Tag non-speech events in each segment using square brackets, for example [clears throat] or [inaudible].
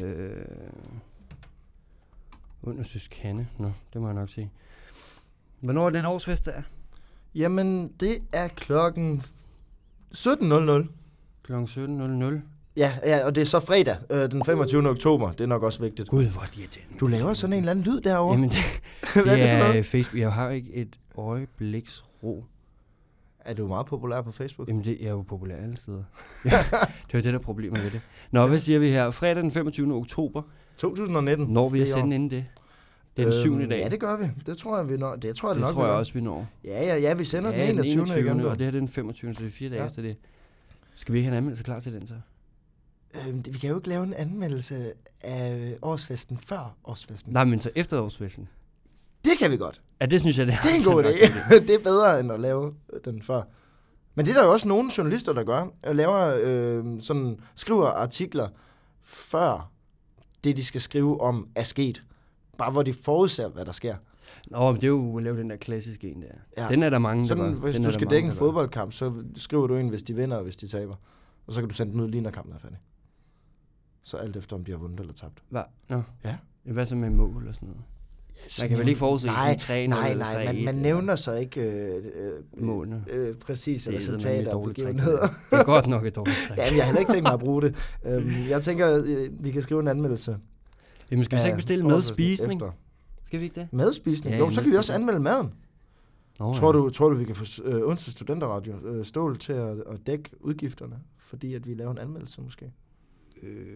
Øh, undersøs kande. Nå, det må jeg nok sige. Hvornår er den årsfest, der er? Jamen, det er klokken 17.00. Kl. 17.00. Ja, ja, og det er så fredag, øh, den 25. oktober. Det er nok også vigtigt. Gud, hvor er de irriterende. Du laver sådan en eller anden lyd derovre. Jamen, det, [laughs] Hvad er det det for er noget? øh, Facebook. Jeg har ikke et øjebliks ro. Er du meget populær på Facebook? Jamen, det jeg er jo populær alle [laughs] steder. [laughs] Ja, det var det, der er problemet ved det. Nå, hvad siger vi her? Fredag den 25. oktober. 2019. Når vi at Mm, det er i år. sende inden det? Det er den syvende dag. Ja, det gør vi. Det tror jeg, vi når. Det tror jeg, det nok, tror vi jeg når. også, vi når. Ja, ja, ja, vi sender ja, den 21. igen. og det du. her det er den 25. Så det er fire dage Ja. Mm. efter det. Skal vi ikke have en anmeldelse klar til den så? Øhm, det- vi kan jo ikke lave en anmeldelse af årsfesten før årsfesten. Nej, men så efterårsfesten. Det kan vi godt. Ja, det synes jeg, det er. Det er en god nok idé. [laughs] det er bedre, end at lave øh, den før. Men det er der jo også nogle journalister, der gør. Og laver, øh, sådan, skriver artikler før det, de skal skrive om, er sket. Bare hvor de forudser, hvad der sker. Nå, men det er jo at lave den der klassiske en der. Ja. Ja. Den er der mange, der Sådan, var. hvis den er der du skal mange, dække en der var. fodboldkamp, så skriver du en, hvis de vinder og hvis de taber. Og så kan du sende den ud lige når kampen er færdig. Så alt efter, om de har vundet eller tabt. Hva? Nå. Ja. Hvad så med mål og sådan noget? Man kan vel ikke forudse Nej, sådan 3-0 nej, eller 3-1? nej, man, man eller- nævner så ikke øh, øh, Målene. øh, præcise Det er resultater resultater og dårligt trick. begivenheder. Det er godt nok et dårligt trick. Ja, men jeg har heller ikke tænkt mig at bruge det. Øhm, jeg tænker, øh, vi kan skrive en anmeldelse. Jamen, skal vi så af ikke bestille overskriften medspisning? efter. Skal vi ikke det? Madspisning? Ja, Jo, ja, så kan vi også madspisning. anmelde maden. Nå, Tror du, tror du vi kan få øh, onsdag Studenterradio øh, Stål til at, at dække udgifterne? Fordi at vi laver en anmeldelse måske. Øh,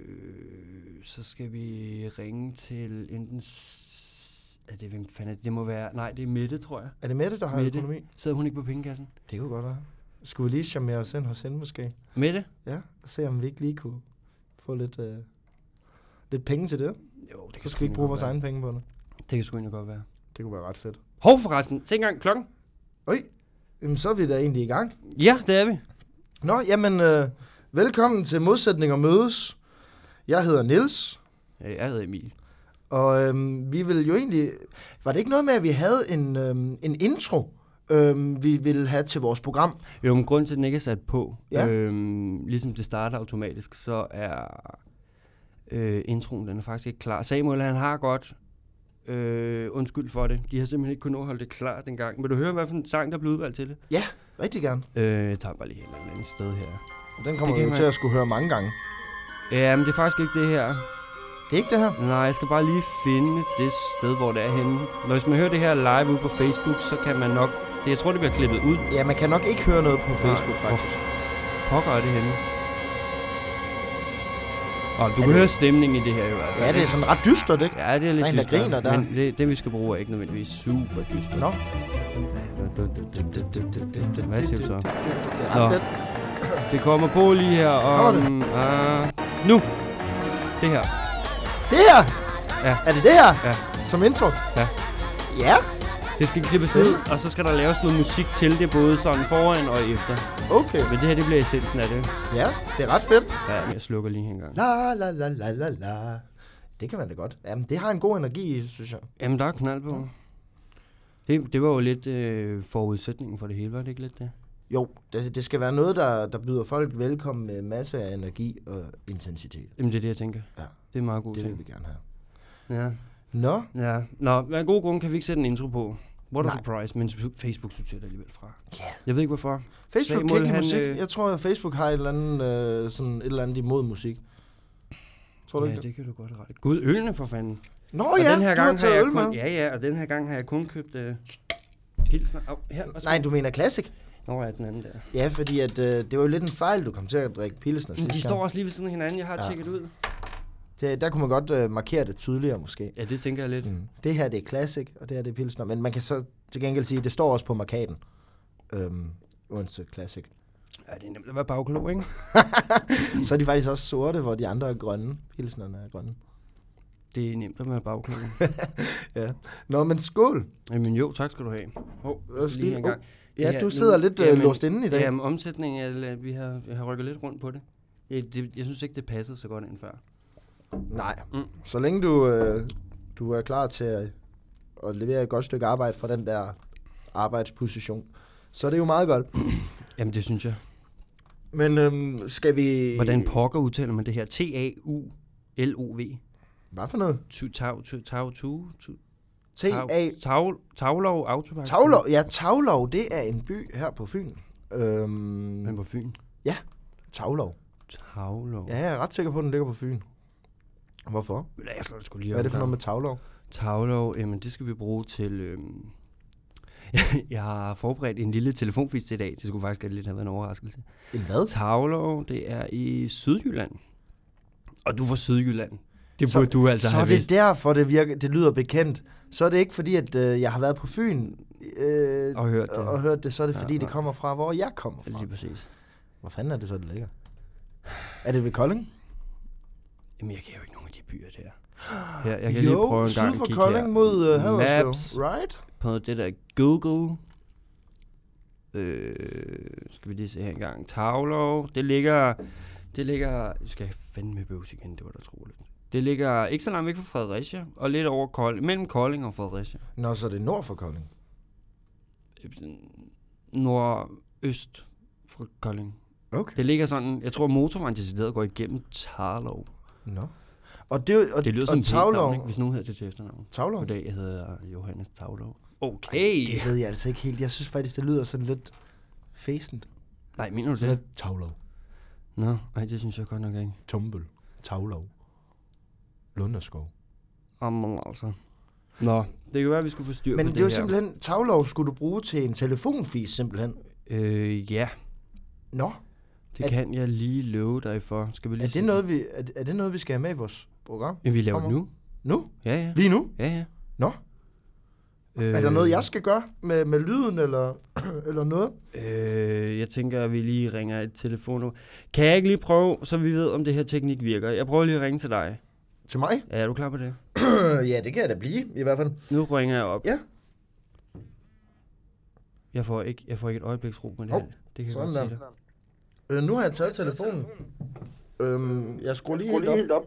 så skal vi ringe til enten... s- Er det, hvem fanden er det? Det må være... Nej, det er Mette, tror jeg. Er det Mette, der har Mette. økonomi? Sidder hun ikke på pengekassen? Det kunne godt være. Skulle vi lige charmere os ind hos hende måske? Mette? Ja, og se om vi ikke lige kunne få lidt, øh, lidt penge til det. Jo, det Så sgu skal vi ikke egentlig bruge godt vores være. egne penge på det. Det kan sgu egentlig godt være. Det kunne være ret fedt. Hov forresten, se engang klokken. Øj, jamen, så er vi da egentlig i gang. Ja, det er vi. Nå, jamen, øh, velkommen til Modsætninger Mødes. Jeg hedder Nils Ja, jeg hedder Emil. og øh, vi ville jo egentlig... Var det ikke noget med, at vi havde en, øh, en intro, øh, vi ville have til vores program? Jo, men grunden til, at den ikke er sat på, Ja. ja. øhm, ligesom det starter automatisk, så er øh, introen, den er faktisk ikke klar. Samuel, han har godt øh, undskyld for det. De har simpelthen ikke kunnet nå at holde det klar dengang. Vil du høre, hvad for en sang, der blev udvalgt til det? Rigtig gerne. Øh, jeg tager bare lige et eller andet sted her. Og den kommer Det vi kan jo man- til at skulle høre mange gange. Ja, men det er faktisk ikke det her. Det er ikke det her? Nej, jeg skal bare lige finde det sted, hvor det er henne. Når hvis man hører det her live ude på Facebook, så kan man nok... Det, jeg tror, det bliver klippet ud. Ja, man kan nok ikke høre noget på Facebook, Nej, faktisk. hvor Pokker er det henne? Og du Er kan det- høre stemningen i det her i hvert fald. Ja, det er sådan ret dystert, ikke? Ja, det er lidt Der er en, der dystert, griner der. Men det, det, vi skal bruge, er ikke nødvendigvis super dystert. Nå. Hvad siger du så? Det er Nå. ret fedt. Det kommer på lige her om... Kommer Uh, nu! Det her. Det her? Ja. Er det det her? Ja. Som intro? Ja. Ja? Det skal klippes ned, og så skal der laves noget musik til det, både sådan foran og efter. Okay. Men det her, det bliver essensen af det. Ja, det er ret fedt. Ja, jeg slukker lige en gang. La la la la la la. Det kan man da godt. Jamen, det har en god energi, i, synes jeg. Jamen, der er knald på. Det, det var jo lidt øh, forudsætningen for det hele, var det ikke lidt det? Jo, det, det skal være noget, der, der byder folk velkommen med masser af energi og intensitet. Jamen, det er det, jeg tænker. Ja. Det er en meget god Det vil ting. vi gerne have. Ja. Nå, Ja, nå, men af gode grunde kan vi ikke sætte en intro på. What a Nej. surprise, men Facebook sorterer det alligevel fra. Ja. Jeg ved ikke hvorfor. Facebook Samuel, kan ikke han, lide musik. øh, Jeg tror, at Facebook har et eller andet, øh, sådan et eller andet imod musik. Tror du ja, ikke det? det kan du godt rette. Gud, ølene for fanden. Nå og ja, den her du har gang har taget jeg øl kun, med. Ja, ja, og den her gang har jeg kun købt øh, pilsner. Au, her, værsgo. Nej, du mener Classic? Nå, ja, den anden der. Ja, fordi at, øh, det var jo lidt en fejl, du kom til at drikke pilsner Men sidste de gang. står også lige ved siden af hinanden, jeg har Ja. ja. tjekket ud. Det, der kunne man godt øh, markere det tydeligere måske. Ja, det tænker jeg lidt. Mm. Det her det er Classic, og det her det er Pilsner. Men man kan så til gengæld sige, at det står også på markaden. Øhm, Odense Classic. Ja, det er nemt at være bagklog, ikke? Så er de faktisk også sorte, hvor de andre er grønne. Pilsnerne er grønne. Det er nemt at være bagklog. Ja. Nå, men skål. Jamen jo, tak skal du have. Hov, Lad os lige lige- en gang. Det Ja, her- du nu- sidder lidt øh, jamen, låst inde i dag. Jamen omsætningen, er, at vi har, jeg har rykket lidt rundt på det. Jeg, det. jeg synes ikke, det passede så godt ind før. Nej. Mm. Så længe du, øh, du er klar til at, at levere et godt stykke arbejde fra den der arbejdsposition, så er det jo meget godt. Jamen det synes jeg. Men øhm, skal vi... Hvordan pokker udtaler man det her? T-A-U L-O-V. Hvad for noget? Ty- Tav, ty- tav, tu, tu, T-A... tav, Tavlov Autopark. Tavlov. Ja, Tavlov, det er en by her på Fyn. Men Øhm, på Fyn. Tavlov. Tavlov. Ja, Ja. jeg er ret sikker på, at den ligger på Fyn. Hvorfor? Jeg slår det sgu lige Hvad er det for om. noget med Tavlov? Tavlov, jamen det skal vi bruge til... Øhm, [laughs] jeg har forberedt en lille telefonquiz til i dag. Det skulle faktisk lidt have været en overraskelse. En hvad? Tavlov, det er i Sydjylland. Og du er fra Sydjylland. Det Så- burde du altså Så er have det vidst. derfor, det, virker, det lyder bekendt. Så er det ikke fordi, at øh, jeg har været på Fyn øh, Og hørt det. og hørt det. Så er det Ja, fordi, det nej. kommer fra, hvor jeg kommer Ja, fra. Lige præcis. Hvor fanden er det så, det ligger? Er det ved Kolding? Jamen, jeg kan jo ikke nogen af de byer der. Her, jeg kan jo, lige prøve en syd gang at for kigge Kolding her. mod øh, Haderslev. Maps. Right? på det der Google. Øh, skal vi lige se her engang. Tavlov, det ligger... Det ligger... Nu skal jeg fandme bøvs igen, det var da troligt. Det ligger ikke så langt væk fra Fredericia, og lidt over Kolding, mellem Kolding og Fredericia. Nå, så er det nord for Kolding. Øh, Nordøst fra Kolding. Okay. Det ligger sådan, jeg tror motorvejen til stedet går igennem Tarlov. Nå. Og det, og, Det lyder og som Tavlov. ikke? hvis nogen hedder det til efternavn. Tavlov? Goddag, jeg hedder Johannes Tavlov. Ej, Okay. Det ved jeg altså ikke helt. Jeg synes faktisk, det lyder sådan lidt fæsent. Nej, mener du Sådan det? lidt Tavlov. Nå, ej, det synes jeg godt nok ikke. Tumbel. Tavlov. Lunderskov. Jamen altså. Nå, det kan være, at vi skulle få styr Men på det, det var her. simpelthen, Tavlov skulle du bruge til en telefonfis simpelthen. Øh, ja, Nå, det Er- er... kan jeg lige love dig for. Skal vi lige er se- det, noget, vi, er, er det noget, vi skal have med i vores program? Jamen, vi laver det kommer? nu. Nu? Ja, ja. Lige nu? Ja, ja. Nå. Øh, Er der noget, jeg skal gøre med, med lyden eller, [clears throat] eller noget? Øh, jeg tænker, at vi lige ringer et telefonnummer. Kan jeg ikke lige prøve, så vi ved, om det her teknik virker? Jeg prøver lige at ringe til dig. Til mig? Er du klar på det? Øh, ja, det kan jeg da blive, i hvert fald. Nu ringer jeg op. Ja. Jeg får ikke, jeg får ikke et øjebliks ro med det Hov, her. Det kan jeg Sådan godt sige dig. der. Øh, nu har jeg taget telefonen. Øhm, jeg skruer lige helt op. op.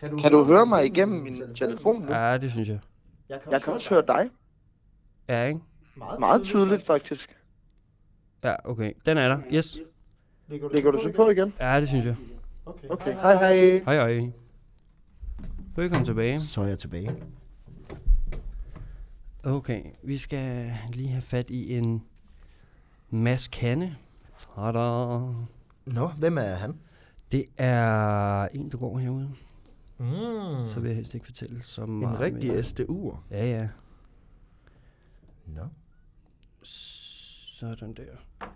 Kan du, Kan du høre mig igennem min telefon nu? Ja, det synes jeg. Jeg kan Jeg kan også høre dig. Ja, ikke? meget, Meget tydeligt faktisk. Ja, okay. Den er der. Yes. Lægger du, Lægger du så på igen? Ja, det synes jeg. Okay. Okay, hej hej. Hej, hej. Velkommen tilbage. Så er jeg tilbage. Okay, vi skal lige have fat i en Mads Kanne. Tada. Nå, hvem er han? Det er en, der går herude. Mm. Så vil jeg helst ikke fortælle så meget En rigtig mere. SDU'er. Ja, ja. Nå. Sådan der.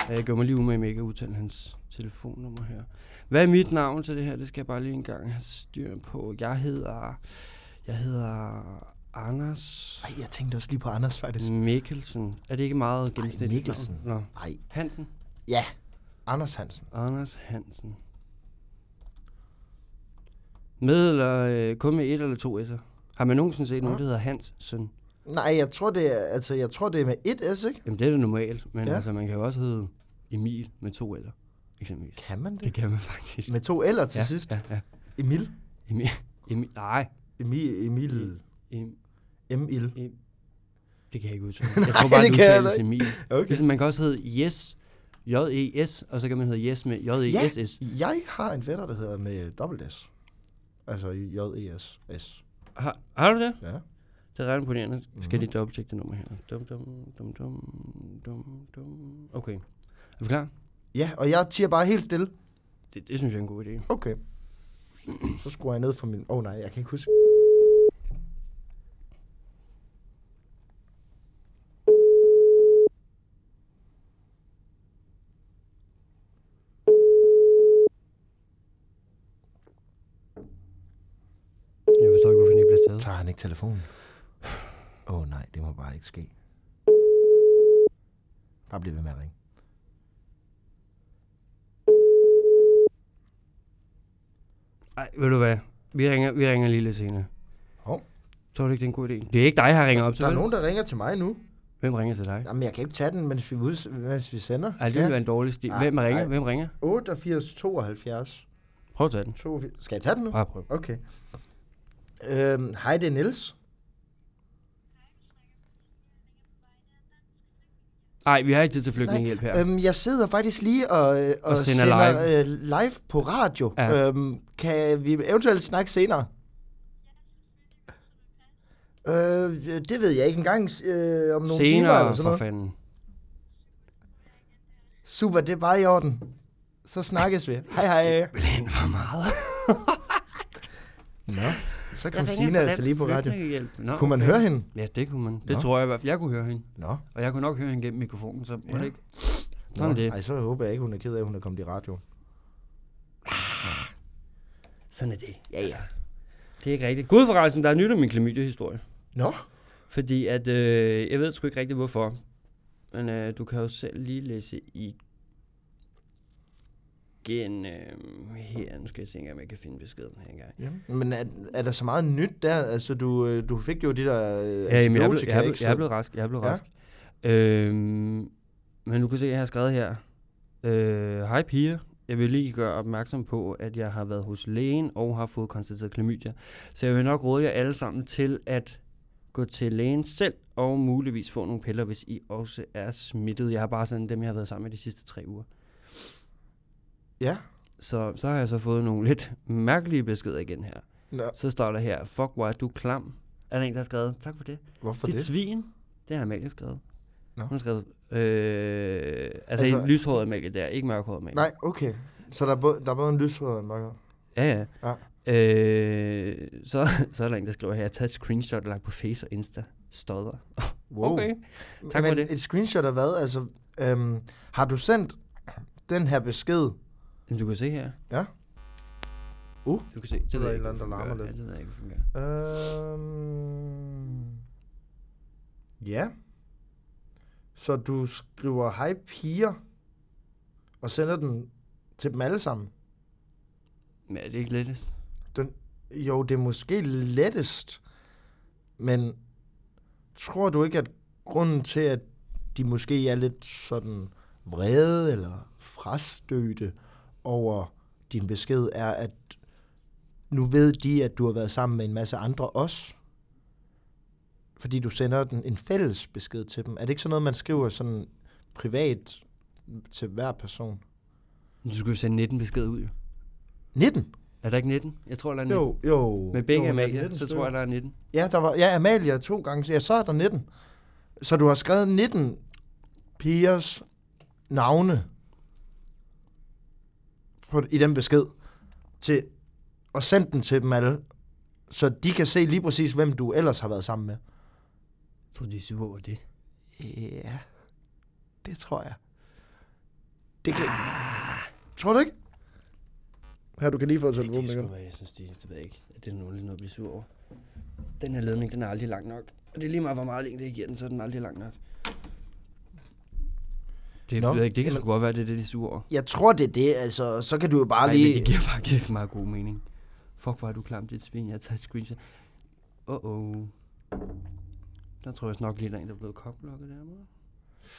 Ja, jeg gør mig lige umage med ikke at udtale hans telefonnummer her. Hvad er mit navn til det her? Det skal jeg bare lige en gang have styr på. Jeg hedder... Jeg hedder Anders Ej, jeg tænkte også lige på Anders Mm. faktisk. Mikkelsen. Er det ikke meget gennemsnitligt? navn? Mikkelsen. Nå. Nej, Hansen. ja. Anders Hansen. Anders Hansen. Med eller øh, kun med et eller to s'er. Har man nogensinde set nogen, der hedder Hans søn? Nej, jeg tror det er, altså, jeg tror det er med et S, ikke? Jamen det er det normalt, men Ja. ja. altså man kan jo også hedde Emil med to eller eksempelvis. Kan man Det det? kan man faktisk. Med to L'er til ja, sidst. Ja, ja. Emil. Emil, Emil, nej. Emil. Emil. Em, Emil. em, det kan jeg ikke [laughs] udtale. Jeg tror Nej, bare, det det kan jeg heller udtales ikke. Emil. Okay. Ligesom man kan også hedde Yes, J-E-S, og så kan man hedde Yes med Ja. J-E-S-S. Jeg har en fætter, der hedder med dobbelt S. Altså J-E-S-S. Har, har du det? Ja. Mhm. Det er ret imponerende. Skal jeg lige dobbelttjekke det nummer her? Dum, dum, dum, dum, dum, dum. Okay. Er vi klar? Ja, og jeg tiger bare helt stille. Det, det synes jeg er en god idé. Okay. Så skruer jeg ned for min... Åh oh, nej, jeg kan ikke huske. Jeg forstår ikke, hvorfor den ikke bliver taget. Tager han ikke telefonen? Åh oh, nej, det må bare ikke ske. Bare bliv ved med at ringe. Nej, ved du hvad? Vi ringer, vi ringer lige lidt senere. Hov. Tror du ikke, det er en god idé? Det er ikke dig, jeg har ringet op til. Der er vel? nogen, der ringer til mig nu. Hvem ringer til dig? Jamen, jeg kan ikke tage den, mens vi, ud, mens vi sender. Ej, det ville være en dårlig stil. Nej, Hvem ringer? nej. Hvem ringer? 88, 72, Prøv at tage den. 82. Skal jeg tage den nu? Bare prøv. Okay. Øhm, hej, det er Niels. Nej, vi har ikke tid til flygtningehjælp her. Øhm, jeg sidder faktisk lige og, øh, og, Og og sender sender, sender live. Øh, live på radio. Ja. Ja. Øhm, kan vi eventuelt snakke senere? Øh, det ved jeg ikke engang øh, om nogle timer eller Senere, sådan for noget. fanden. Super, det er bare i orden. Så snakkes vi. Hej hej. Simpelthen for meget. Nå, så kom Sina altså lige på radio. Nå, Kunne man høre hende? Ja, det kunne man. Det Nå. tror jeg i hvert fald. Jeg kunne høre hende. Nå. Og jeg kunne nok høre hende gennem mikrofonen, så må Ja. det ikke. Sådan er Nå. det. Ej, så håber jeg ikke, hun er ked af, at hun er kommet i radio. Sådan er det. Altså, Ja, ja. Det er ikke rigtigt. Gud forresten, der er nyt om min klamydia-historie. Nå, Fordi at, øh, jeg ved sgu ikke rigtigt hvorfor. Men øh, du kan jo selv lige læse igen øh, her. Nu skal jeg tænke, om jeg kan finde beskeden her engang. Jamen. men er, er der så meget nyt der? Altså, du, øh, du fik jo de der øh, Ja, jamen, jeg, er blevet, antibiotika, jeg, er blevet, ikke? jeg er blevet rask. Jeg er blevet Ja. rask. Øhm, men du kan se, at jeg har skrevet her. Øh, Hej piger. Jeg vil lige gøre opmærksom på, at jeg har været hos lægen og har fået konstateret klamydia. Så jeg vil nok råde jer alle sammen til at gå til lægen selv og muligvis få nogle piller, hvis I også er smittet. Jeg har bare sådan dem, jeg har været sammen med de sidste tre uger. Ja. Så, så har jeg så fået nogle lidt mærkelige beskeder igen her. Nå, Så står der her, fuck, hvor er du klam. Er der en, der har skrevet, tak for det. hvorfor det er det? et svin. Det har Amalie skrevet. Nå. Hun har skrevet, øh, altså, Altså- altså lyshåret Amalie der, ikke mørkhåret Amalie. Nej, okay. Så der er både, der er både en lyshåret og en mørkhåret. Ja, ja. Ja. Øh, så, [laughs] så er der en, der skriver her, jeg har taget et screenshot og lagt på Face og Insta. Stodder. Wow. Okay. Tak Men for det. et screenshot af hvad? Altså, øhm, har du sendt den her besked? Jamen, du kan se her. Ja. Uh, du kan se. Det, der ved er jeg en ikke, eller anden, der hvorfor larmer det gør. lidt. Ja, det ved jeg ikke, hvorfor det Øhm, ja. Så du skriver hej piger, og sender den til dem alle sammen? gør. Men er det ikke lettest? Jo, det er måske lettest, men tror du ikke, at grunden til, at de måske er lidt sådan vrede eller frastødte over din besked, er, at nu ved de, at du har været sammen med en masse andre også? Fordi du sender den en fælles besked til dem. Er det ikke sådan noget, man skriver sådan privat til hver person? Men Du skulle jo sende 19 besked ud, jo. 19? Er der ikke 19? Jeg tror, der er 19. jo. Med begge Jo, der er Amalie, 19 så tror stykker. jeg, der er 19. Ja, der var, ja, Amalia to gange. Ja, så er der 19. Så du har skrevet 19 pigers navne på, i den besked til, og sendt den til dem alle, så de kan se lige præcis, hvem du ellers har været sammen med. Jeg tror, de er sure over det. Ja, det tror jeg. Det kan... Ah. Tror du ikke? Her, du kan lige få Det, det, det, jeg synes, de, det ved jeg ikke. Det er noget, noget at blive sur over. Den her ledning, den er aldrig lang nok. Og det er lige meget, hvor meget længde jeg giver den, så er den aldrig lang nok. Det, Nå, Nå, ikke. det kan jamen- sgu godt være, det er det, de er sure over. Jeg tror, det er det, altså. Så kan du jo bare Nej, lige... men det giver faktisk meget god mening. Fuck, hvor er du klam, dit svin. Jeg har taget et screenshot. Åh, oh, oh. Der tror jeg nok lige, der er en, der er blevet kokblokket der. hva'?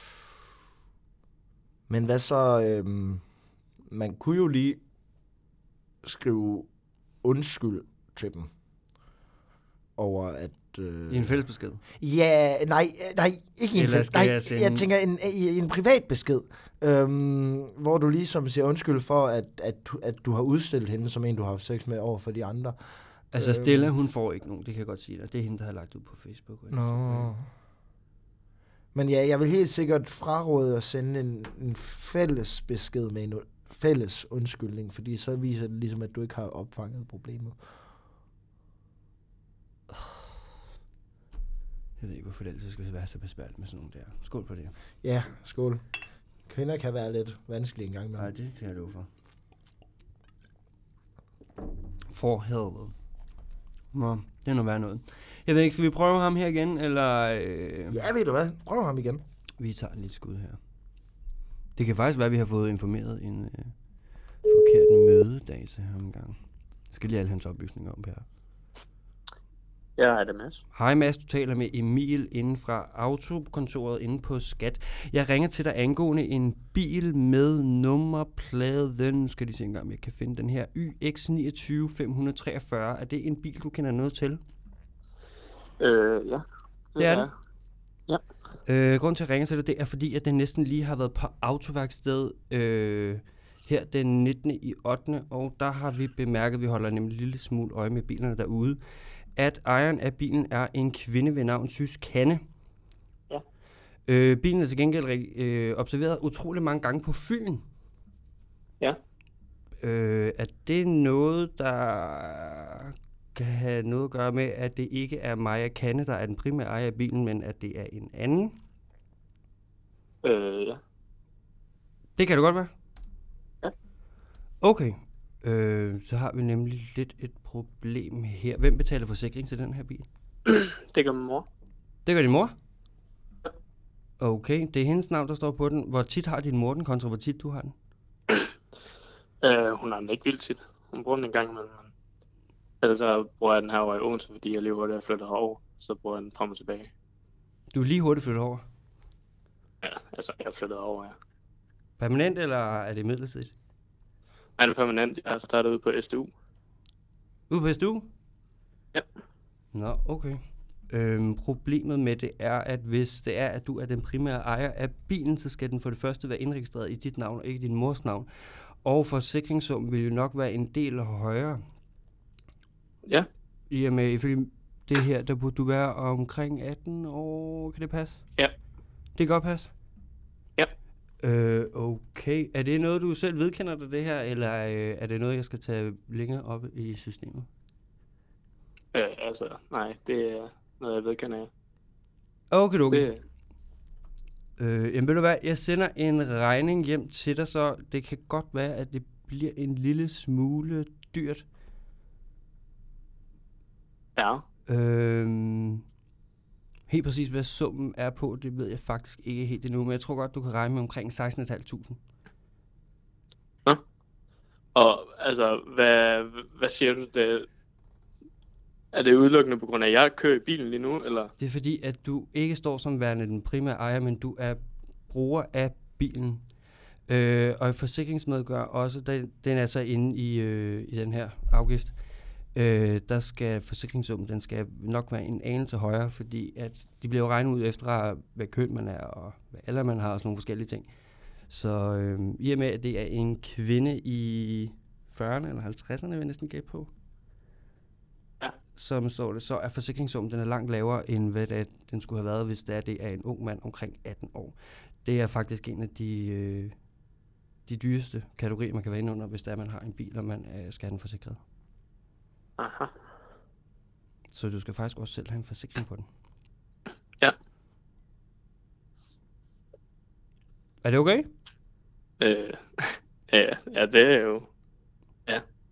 Men hvad så? Øhm, man kunne jo lige skrive undskyld til dem over at... Øh, Det er en fælles besked. Ja, nej, øh, nej, ikke i en Eller fælles. skal Nej, jeg jeg, sende- tænker en, i- i en privat besked, øhm, hvor du ligesom siger undskyld for, at, at, du- at du har udstillet hende som en, du har haft sex med over for de andre. Altså, Øhm. Stella, hun får ikke nogen. Det kan jeg godt sige dig. Det er hende, der har lagt ud på Facebook. og Instagram. Men ja, jeg vil helt sikkert fraråde at sende en, en fælles besked med en u- fælles undskyldning, fordi så viser det ligesom, at du ikke har opfanget problemet. Jeg ved ikke, hvorfor det altid skal være så besværligt med sådan nogle der. Skål på det. Ja, skål. Kvinder kan være lidt vanskelige en gang Nej, imellem. det kan jeg love for. For helvede. Nå, det er noget værd noget. Jeg ved ikke, skal vi prøve ham her igen, eller øh, Ja, ved du hvad? Prøv ham igen. vi tager lidt skud her. Det kan faktisk være, at vi har fået informeret en øh, forkert mødedag til ham engang. Jeg skal lige have alle hans oplysninger om her. Ja, er det Mads? Hej Mads, du taler med Emil inden fra Autokontoret inde på Skat. Jeg ringer til dig angående en bil med nummerpladen. Nu skal jeg lige se engang, om jeg kan finde den her. YX29543. Er det en bil, du kender noget til? Øh, ja. Det er det. Øh, grunden til, at jeg ringer til dig, det er fordi, at den næsten lige har været på autoværksted øh, her den 19. i 8. Og der har vi bemærket, at vi holder nemlig en lille smule øje med bilerne derude, at ejeren af bilen er en kvinde ved navn Sys Kanne. Ja. Øh, bilen er til gengæld reg- øh, observeret utrolig mange gange på Fyn. Ja. Øh, er det noget, der kan have noget at gøre med, at det ikke er Maja Kanne, der er den primære ejer af bilen, men at det er en anden? Øh, ja. Det kan det godt være. Ja. Okay. Øh, så har vi nemlig lidt et problem her. Hvem betaler forsikring til den her bil? Det gør min mor. Det gør din mor? Okay, det er hendes navn, der står på den. Hvor tit har din mor den, kontra hvor tit du har den? Øh, hun har den ikke vildt tit. Hun bruger den en gang imellem. Men... Ellers så bruger jeg den her over i Odense, fordi jeg lige hurtigt er flyttet herover. Så bruger jeg den frem og tilbage. Du er lige hurtigt flyttet over. Ja, altså jeg er flyttet over, ja. Permanent, eller er det midlertidigt? Er det er permanent? Jeg har startet ude på SDU. Ude på SDU? Ja. Nå, okay. Øhm, problemet med det er, at hvis det er, at du er den primære ejer af bilen, så skal den for det første være indregistreret i dit navn og ikke i din mors navn. Og forsikringssummen vil jo nok være en del højere. Ja. I og med, ifølge det her, der burde du være omkring 18 år. Kan det passe? Ja. Det kan godt passe? Ja. Øh, okay. Er det noget, du selv vedkender dig det her, eller øh, er det noget, jeg skal tage længere op i systemet? Øh, altså, nej, det er noget, jeg ved, kan jeg. Okay, okay. Det, Øh, jamen ved du hvad, jeg sender en regning hjem til dig, så det kan godt være, at det bliver en lille smule dyrt. ja, Øhm, helt præcis, hvad summen er på, det ved jeg faktisk ikke helt endnu, men jeg tror godt, du kan regne med omkring 16.500. og altså, hvad, hvad siger du, det, er det udelukkende på grund af, at jeg kører i bilen lige nu, eller? Det er fordi, at du ikke står som værende den primære ejer, men du er bruger af bilen. Øh, og forsikringsmed gør også, den, den er så inde i, øh, i den her afgift, øh, der skal forsikringssummen, den skal nok være en anelse højere, fordi at de bliver jo regnet ud efter, hvad køn man er, og hvad alder man har, og sådan nogle forskellige ting. Så øh, i og med, at det er en kvinde i 40'erne eller 50'erne, vil jeg næsten gætte på, som står det, så er forsikringssummen den er langt lavere, end hvad det er, den skulle have været, hvis det er, det er en ung mand omkring 18 år. Det er faktisk en af de, øh, de dyreste kategorier, man kan være inde under, hvis det er, man har en bil, og man øh, skal have den forsikret. Aha. Så du skal faktisk også selv have en forsikring på den. Ja. Er det okay? Øh, [laughs] ja, ja, det er jo,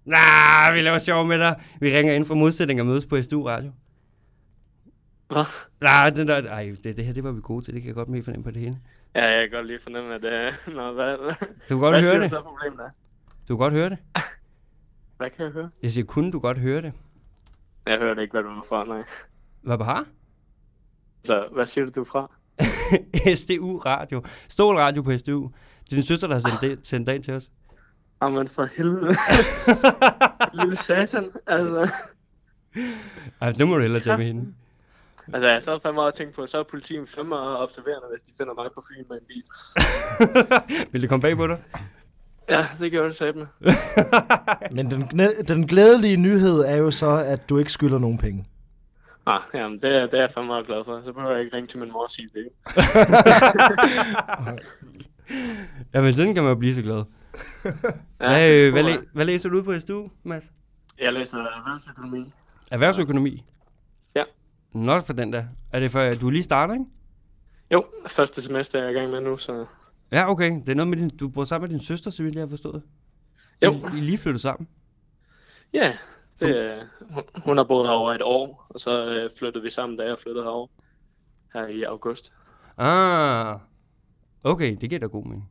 Nej, vi laver sjov med dig. Vi ringer ind fra modsætning og mødes på SDU Radio. hvad? Nej, den der, ej, det, det her det var vi gode til. Det kan jeg godt med fornemme på det hele. Ja, jeg kan godt lige fornemme, at det er, [laughs] nå, hvad, Du kan godt hvad høre siger det. du så problemet er? Du kan godt høre det. Hvad kan jeg høre? Jeg siger, kunne du godt høre det? Jeg hørte ikke, hvad du var fra, nej. Hvad [laughs] har? Så, hvad siger du, du er fra? SDU Radio. Stol Radio på SDU. Det er din søster, der har sendt, det, sendt dig ind til os. Jamen, for [laughs] helvede. Lille satan, altså. Ej, det må du hellere tage med hende. [laughs] Altså, jeg sad fandme og tænkte på, så er politiet fandme observerende, hvis de finder mig på Fyn med en bil. Vil det komme bag på dig? Ja, det gjorde det satme. Men den, gnæ- den glædelige nyhed er jo så, at du ikke skylder nogen penge. Ah, jamen, det, er- det er jeg fandme meget glad for. Så behøver jeg ikke ringe til min mor og sige det. Jamen, sådan kan man jo blive så glad. Ja, Hvad, øh, hvad, tror læ- hvad læser du ude på SDU, Mads? jeg. jeg læser erhvervsøkonomi. Erhvervsøkonomi? Ja. Nå, for den der. Er det for, at du lige starter, ikke? Jo, første semester er jeg i gang med nu, så... Ja, okay. Det er noget med din... Du bor sammen med din søster, så vidt jeg har forstået. Jo. I, I er lige flyttet sammen. Ja, det, er- hun- hun har boet herovre et år, og så øh, flyttede vi sammen, da jeg flyttede herover her i august. Ah. Okay, det giver da god mening.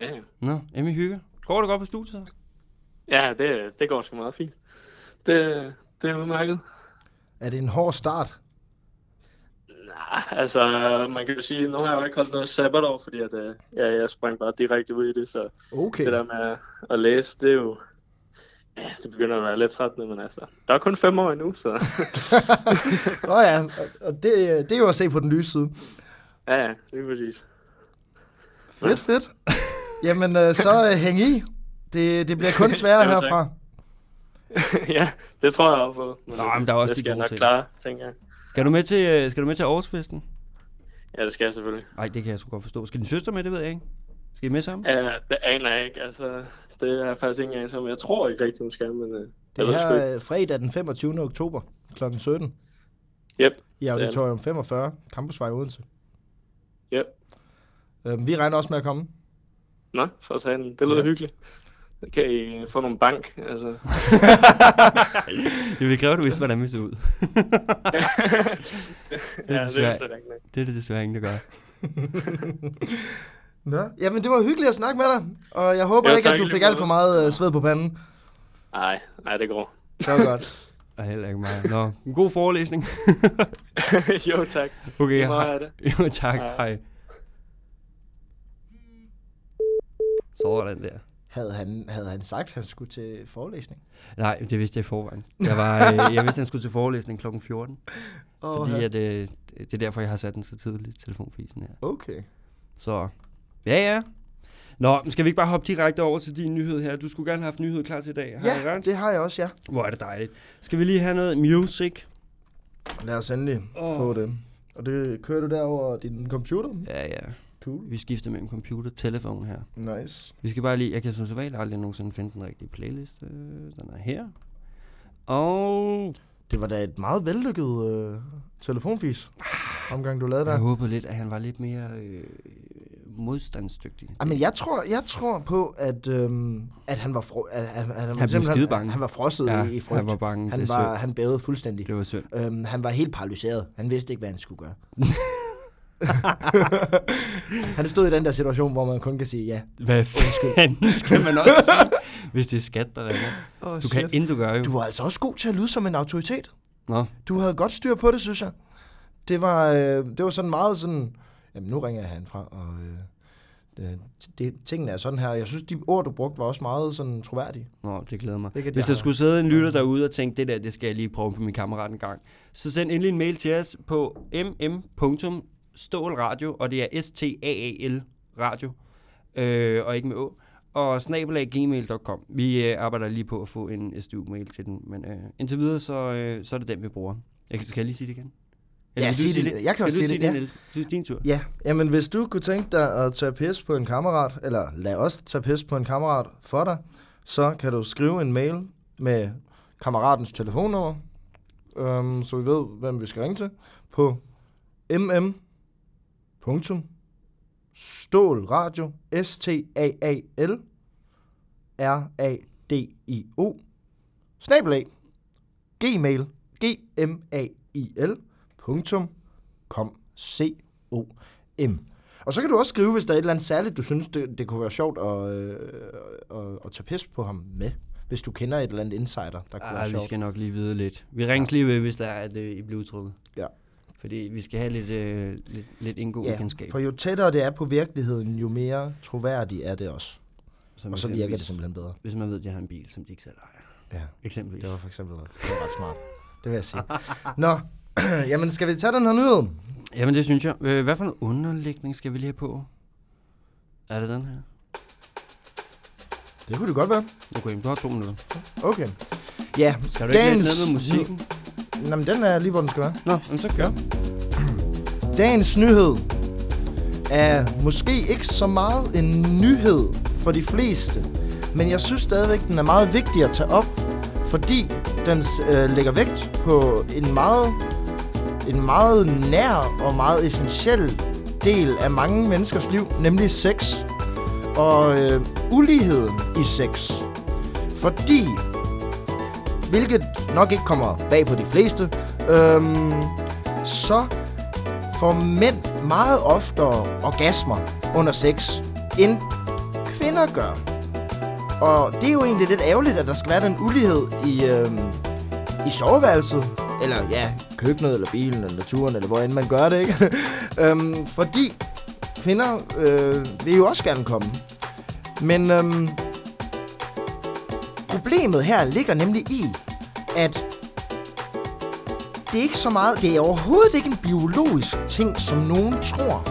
Ja, Nå, Emmy hygger. Går det godt på studiet, så? ja det, det går sgu meget fint. Det, det er udmærket. Er det en hård start? Nej, altså, man kan jo sige, nu har jeg jo ikke holdt noget sabbatår, fordi at, øh, ja, jeg sprang bare direkte ud i det, så Okay. [laughs] det der med at- at læse, det er jo... Ja, det begynder at være lidt trættende, men altså, der er kun [laughs] fem år endnu, så... Nå ja, og- og det, det er jo at se på den lyse side. Ja, ja, lige præcis. [laughs] Fedt, fedt. Jamen, øh, så øh, hæng i. Det, det bliver kun [laughs] sværere Jo, tak. herfra. ja, det tror jeg også på. Nå, men der er også det de skal jeg gode nok ting. klare, tænker jeg. Skal du med til, øh, skal du med til Aarhusfesten? Ja, det skal jeg selvfølgelig. Nej, det kan jeg sgu godt forstå. Skal din søster med, det ved jeg ikke. Skal I med [laughs] sammen? Ja, det aner jeg ikke. Altså, det er faktisk ikke engang som. Jeg tror ikke rigtigt, hun skal, men... øh, jeg Det ved sgu ikke. er øh, fredag den 25. oktober kl. 17 Yep, i Auditorium 45, Campusvej Odense. yep. Øh, vi regner også med at komme. Nå, for satan. Det lyder Ja. ja. hyggeligt. Kan I få nogle bank? Altså. [laughs] Det ville kræve, at du vidste, hvordan vi ser ud. [laughs] ja, det er desværre- så rigtigt. Det er det desværre ingen, der gør. Nå, jamen det var hyggeligt at snakke med dig, og jeg håber Ja, ja, ikke, at tak, du i fik lige alt for måde. meget øh, sved på panden. Nej, nej, det går. [laughs] Det var godt. Og heller ikke mig. Nå, en god forelæsning. [laughs] jo, tak. Okay, Hvor hej. er det? Jo, tak. Hej. Hej. Sådan der. [laughs] Havde han, havde han sagt, at han skulle til forelæsning? Nej, det vidste jeg i forvejen. Jeg, var, øh, jeg vidste, at han skulle til forelæsning kl. 14. Oh, Fordi at, øh, det er derfor, jeg har sat den så tidligt, telefonfisen her. Okay. Så, ja ja. Nå, men skal vi ikke bare hoppe direkte over til din nyhed her? Du skulle gerne have haft nyhed klar til i dag. Har jeg Ja, ret? det har jeg også, ja. Hvor er det dejligt. Skal vi lige have noget music? Lad os endelig Åh. oh. få det. Og det kører du derover din computer? Ja, ja. Cool. Vi skifter mellem computer og telefon her. Nice. Vi skal bare lige, jeg kan som sædvanligt aldrig nogensinde finde den rigtige playlist. Øh, Den er her. Og Det var da et meget vellykket øh, telefonfis, omgang du lavede jeg der. håbede lidt, at han var lidt mere øh, modstandsdygtig. Jamen, jeg tror, jeg tror på, at, øhm, at han var, fro- at, at, at han, var blev simpelthen- skidebange. Han var frosset Ja, ja, i frygt. han var bange. Han, Det er var, synd. han bævede fuldstændig. Det var synd. Øhm, han var helt paralyseret. Han vidste ikke, hvad han [laughs] skulle gøre. han stod i den der situation, hvor man kun kan sige ja. Hvad fanden skal man [laughs] også sige, hvis det er skat, der ringer? Oh, Du kan intet gøre jo. du var altså også god til at lyde som en autoritet. Nå, Du havde godt styr på det, synes jeg. Det var, øh, det var sådan meget sådan, jamen nu ringer jeg herfra, og øh, øh, det, tingene er sådan her. Jeg synes, de ord, du brugte, var også meget sådan troværdige. Nå, det glæder mig. Det kan de Hvis der have. skulle sidde en lytter derude og tænke, det der, det skal jeg lige prøve på min kammerat en gang, så send endelig en mail til os på mm.stålradio, og det er S-T-A-A-L radio, øh, og ikke med å, og snabelag gmail.com. Vi øh, arbejder lige på at få en SDU-mail til den, men øh, indtil videre, så, øh, så er det den, vi bruger. Jeg, kan- skal jeg lige sige det igen? Ja, vil du sig det. Jeg kan skal også du sige det, det, ja. Niels? Det er din tur. Ja, jamen hvis du kunne tænke dig at tage pis på en kammerat, eller lad os tage pis på en kammerat for dig, så kan du skrive en mail med kammeratens telefonnummer, øhm, så vi ved, hvem vi skal ringe til, på mm. Stålradio, s t a a l r a d i o snabelag gmail g m a i l punktum com c o m og så kan du også skrive, hvis der er et eller andet særligt, du synes, det, det kunne være sjovt at, øh, at, at tage pis på ham med. Hvis du kender et eller andet insider, der kunne være Ah, vi sjovt. skal nok lige videre lidt. Vi ringer lige ved, hvis der er, at øh, I bliver udtrykket. Ja. Fordi vi skal have lidt, øh, lidt, lidt indgående Ja, kendskab. for jo tættere det er på virkeligheden, jo mere troværdig er det også. Som Og så virker eksempelvis- det simpelthen bedre. Hvis man ved, at de har en bil, som de ikke selv ejer. Ja, Eksempelvis. det var for eksempel det var ret smart. Det vil jeg sige. Nå, [clears throat] jamen skal vi tage den her nyhed? Jamen, det synes jeg. Øh, Hvad for en underlægning skal vi lige have på? Er det den her? Det kunne det godt være. Okay, men du har to minutter. Okay. Ja, Skal du ikke lidt ned med musikken? Nå, men den er lige, hvor den skal være. Nå, men så kør. Ja. Dagens nyhed er måske ikke så meget en nyhed for de fleste, men jeg synes stadigvæk, den er meget vigtig at tage op, fordi den øh, lægger vægt på en meget, en meget nær og meget essentiel del af mange menneskers liv, nemlig sex og øh, uligheden i sex. Fordi, hvilket nok ikke kommer bag på de fleste, øhm, så får mænd meget oftere orgasmer under sex, end kvinder gør. Og det er jo egentlig lidt ærgerligt, at der skal være den ulighed i, øhm, i soveværelset. Eller ja, køkkenet, eller bilen, eller turen, eller hvor end man gør det, ikke? [laughs] øhm, fordi kvinder øh, vil jo også gerne komme. Men øhm, problemet her ligger nemlig i, at det er ikke så meget, det er overhovedet ikke en biologisk ting, som nogen tror.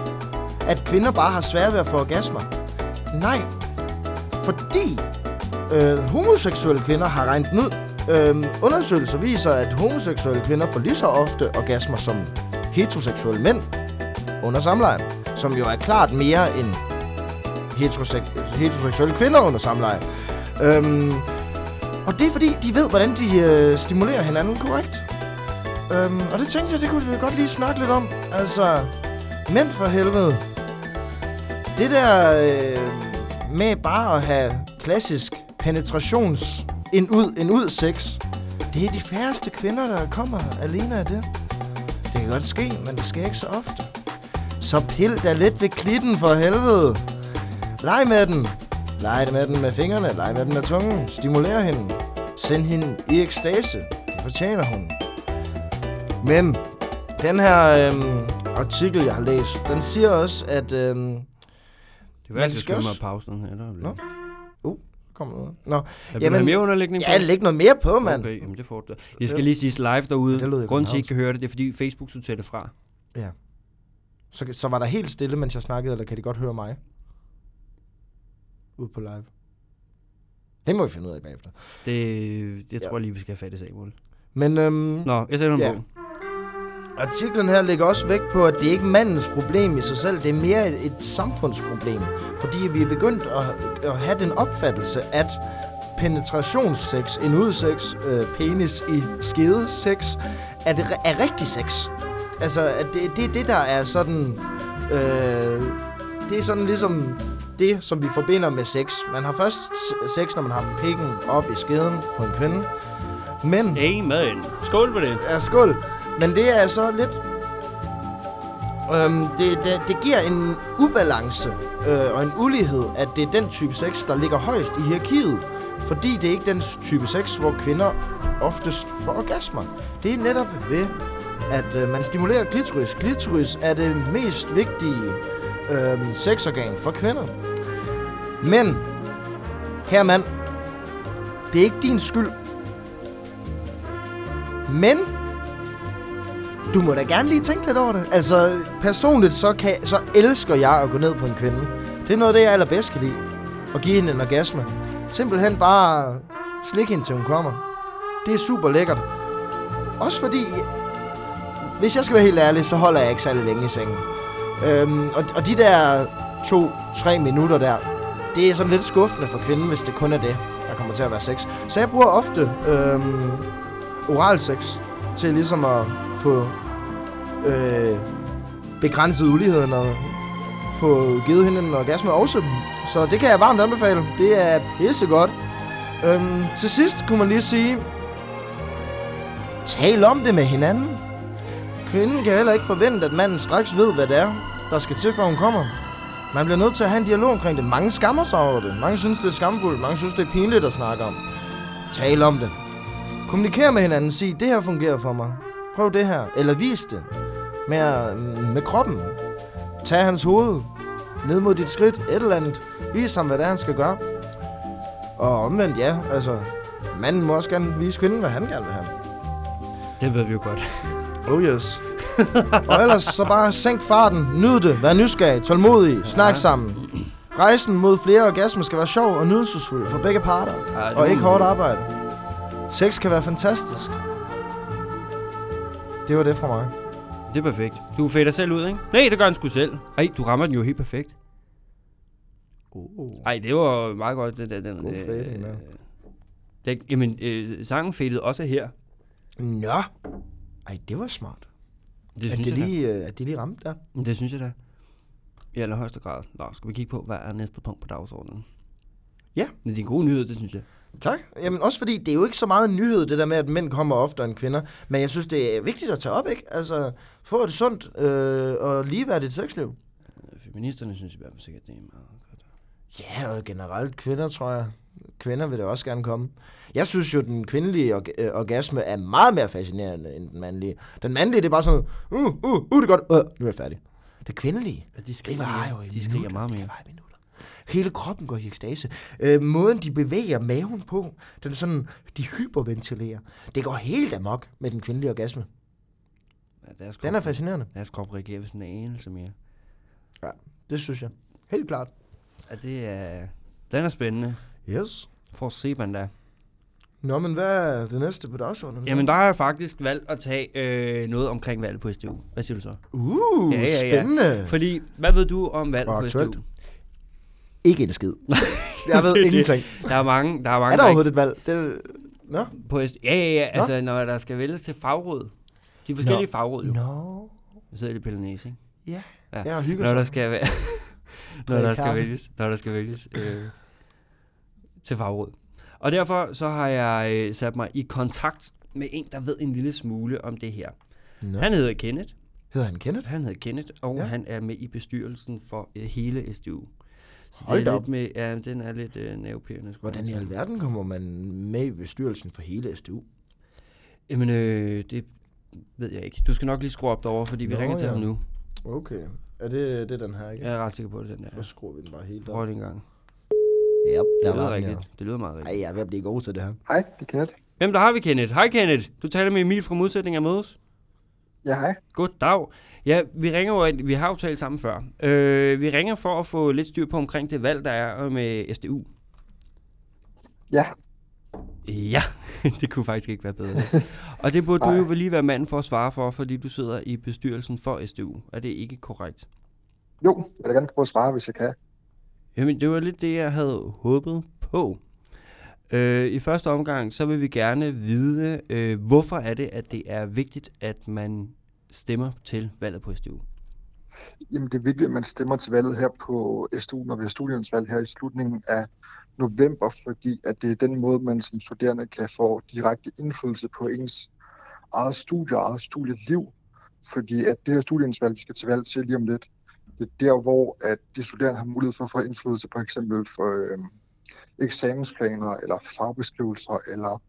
at kvinder bare har svært ved at få orgasmer. Nej, fordi øh, homoseksuelle kvinder har regnet den ud. Øh, undersøgelser viser, at homoseksuelle kvinder får lige så ofte orgasmer som heteroseksuelle mænd under samleje, som jo er klart mere end heterosek- heteroseksuelle kvinder under samleje. Øhm, og det er fordi, de ved, hvordan de øh, stimulerer hinanden korrekt. Øhm, og det tænkte jeg, det kunne vi godt lige snakke lidt om. Altså, mænd for helvede. Det der øh, med bare at have klassisk penetrations en ud, en ud sex, det er de færreste kvinder, der kommer alene af det. Det kan godt ske, men det sker ikke så ofte. Så pil da lidt ved klitten for helvede. Leg med den. Leg med den med fingrene. Leg med den med tungen. Stimuler hende. Send hende i ekstase. Det fortjener hun. Men den her øhm, artikel, jeg har læst, den siger også, at... Øhm, Det Men var altid det skal skønt med også- pausen her. Der er Nå. lidt- kommer noget. Nå, Der bliver Jamen, mere underlægning på. ja, læg noget mere på, mand. Okay, jamen det får du. Jeg skal lige sige live derude. Det lød i Grunden til, at I ikke København. kan høre det, det er, fordi Facebook sorterer det fra. Så, så var der helt stille, mens jeg snakkede, eller kan de godt høre mig? Ude på live. Det må vi finde ud af bagefter. Det, jeg Ja. tror lige, vi skal have fat i Samuel. Men øhm, Nå, jeg sætter en Ja. på. artiklen her lægger også vægt på, at det ikke er mandens problem i sig selv. Det er mere et, et samfundsproblem. Fordi vi er begyndt at, at have den opfattelse, at penetrationsseks, en udsex, øh, penis i skede sex, er, det, ri- er rigtig sex. Altså, at det, det er det, der er sådan... Øh, det er sådan ligesom det, som vi forbinder med sex. Man har først s- sex, når man har pikken op i skeden på en kvinde. Men... Amen. Skål på det. er skuld. Men det er så lidt... Øhm, det, det, det giver en ubalance øh, og en ulighed, at det er den type sex, der ligger højst i hierarkiet. Fordi det er ikke den type sex, hvor kvinder oftest får orgasmer. Det er netop ved, at øh, man stimulerer klitoris. Klitoris er det mest vigtige øh, sexorgan for kvinder. Men, kære mand, det er ikke din skyld, men du må da gerne lige tænke lidt over det. Altså, personligt så, kan, så elsker jeg at gå ned på en kvinde. Det er noget af det, jeg allerbedst kan lide. At give hende en orgasme. Simpelthen bare slikke hende, til hun kommer. Det er super lækkert. Også fordi, hvis jeg skal være helt ærlig, så holder jeg ikke særlig længe i sengen. Øhm, og, og de der to-tre minutter der, det er sådan lidt skuffende for kvinden, hvis det kun er det, der kommer til at være sex. Så jeg bruger ofte øhm, oral sex til ligesom at få øh, begrænset uligheden og få givet hende en orgasme også. Så det kan jeg varmt anbefale. Det er pissegodt. Øhm, til sidst kunne man lige sige, tal om det med hinanden. Kvinden kan heller ikke forvente, at manden straks ved, hvad det er, der skal til, før hun kommer. Man bliver nødt til at have en dialog omkring det. Mange skammer sig over det. Mange synes, det er skamfuldt. Mange synes, det er pinligt at snakke om. Tal om det. Kommunikere med hinanden. Sig, det her fungerer for mig. Prøv det her. Eller vis det. Med, at- med kroppen. Tag hans hoved. Ned mod dit skridt. Et eller andet. Vis ham, hvad det er, han skal gøre. Og omvendt, ja. Altså, manden må også gerne vise kvinden, hvad han gerne vil have. Det ved vi jo godt. Oh yes. [laughs] og ellers så bare sænk farten, nyd det, vær nysgerrig, tålmodig, snak sammen. Rejsen mod flere orgasmer skal være sjov og nydelsesfuld for begge parter, Ej, det og ikke må- hårdt arbejde. Sex kan være fantastisk. Det var det for mig. Det er perfekt. Du fader selv ud, ikke? Nej, det gør han sgu selv. Ej, du rammer den jo helt perfekt. Oh. Ej, det var meget godt, det der. Den, øh, God fading, ja. det, jamen, øh, sangen fadede også her. Nå. Ej, det var smart. Det at, synes, det jeg lige, øh, at det lige ramte der. da. det synes jeg da. I allerhøjeste grad. Nå, skal vi kigge på, hvad er næste punkt på dagsordenen? Ja. Men det er en god nyhed, det synes jeg. Tak. Jamen også fordi, det er jo ikke så meget en nyhed, det der med, at mænd kommer oftere end kvinder. Men jeg synes, det er vigtigt at tage op, ikke? Altså, få et sundt øh, og ligeværdigt sexliv. Øh, Feministerne synes i hvert fald sikkert, det er meget godt. Ja, og generelt kvinder, tror jeg. Kvinder vil da også gerne komme. Jeg synes jo, den kvindelige org- øh, orgasme er meget mere fascinerende end den mandlige. Den mandlige, det er bare sådan, uh, uh, uh, det er godt, uh, nu er jeg færdig. Det kvindelige, Ja, de det var jo i De skriger minutter. meget Det mere. kan vare i minutter. Hele kroppen går i ekstase. Øh, måden, de bevæger maven på, den er sådan, de hyperventilerer. Det går helt amok med den kvindelige orgasme. Ja, deres Den er fascinerende. Deres krop reagerer ved sådan en anelse mere. Det synes jeg. Helt klart. Ja, det er... Den er spændende. Yes. For at se, man da. Nå, men hvad er det næste på dagsordenen? så? Jamen, der har jeg faktisk valgt at tage øh, noget omkring valget på SDU. Hvad siger du så? Uh, Ja, ja, ja. spændende. Fordi, hvad ved du om valget Og på aktuelt. SDU? Ikke en skid. jeg ved [laughs] Det er det. ingenting. Der er mange, der er Er mange, der ikke der overhovedet et valg? Det... Nå. på SDU. Ja, ja, ja. Altså, når der skal vælges til fagråd. De forskellige fagråd, jo. Nå. Vi sidder i det Pellenæse, ikke? Ja. Ja, og hygger Når sig. der skal, [laughs] være, når der skal kaffe. vælges, når der skal vælges øh, til fagråd. Og derfor så har jeg øh, sat mig i kontakt med en, der ved en lille smule om det her. Nå. Han hedder Kenneth. Hedder han Kenneth? Han hedder Kenneth, og Ja. ja. han er med i bestyrelsen for øh, hele SDU. Så Hold det da er op. lidt med, ja, den er lidt øh, nervepirrende. skulle Hvordan jeg i sige. alverden kommer man med i bestyrelsen for hele SDU? Jamen, øh, det ved jeg ikke. Du skal nok lige skrue op derovre, fordi vi Nå, ringer til ja. ham nu. Okay. Er det, det er den her, ikke? Jeg er ret sikker på, at den Og der. så skruer vi den bare helt Prøv det en gang. Ja, Det lyder rigtigt. Det lyder meget rigtigt. Ej, jeg er ved at blive god til det her. Hej, det er Kenneth. Hvem der har vi, Kenneth? Hej, Kenneth. Du taler med Emil fra Modsætning af Mødes. Ja, hej. God dag. Ja, vi ringer jo, vi har jo talt sammen før. Øh, vi ringer for at få lidt styr på omkring det valg, der er øh, med SDU. Ja, Ja, [laughs] det kunne faktisk ikke være bedre. Og det burde du jo vel lige være manden for at svare for, fordi du sidder i bestyrelsen for SDU. Er det ikke korrekt? jo, jeg vil da gerne prøve at svare, hvis jeg kan. Jamen, det var lidt det, jeg havde håbet på. Øh, I første omgang, så vil vi gerne vide, øh, hvorfor er det, at det er vigtigt, at man stemmer til valget på SDU? Jamen, det er vigtigt, at man stemmer til valget her på SDU, når vi har studiensvalg her i slutningen af november, fordi at det er den måde, man som studerende kan få direkte indflydelse på ens eget studie og eget studieliv. Fordi at det her studiensvalg, vi skal til valg til lige om lidt, det er der, hvor at de studerende har mulighed for at få indflydelse på eksempel for øh, eksamensplaner eller fagbeskrivelser, eller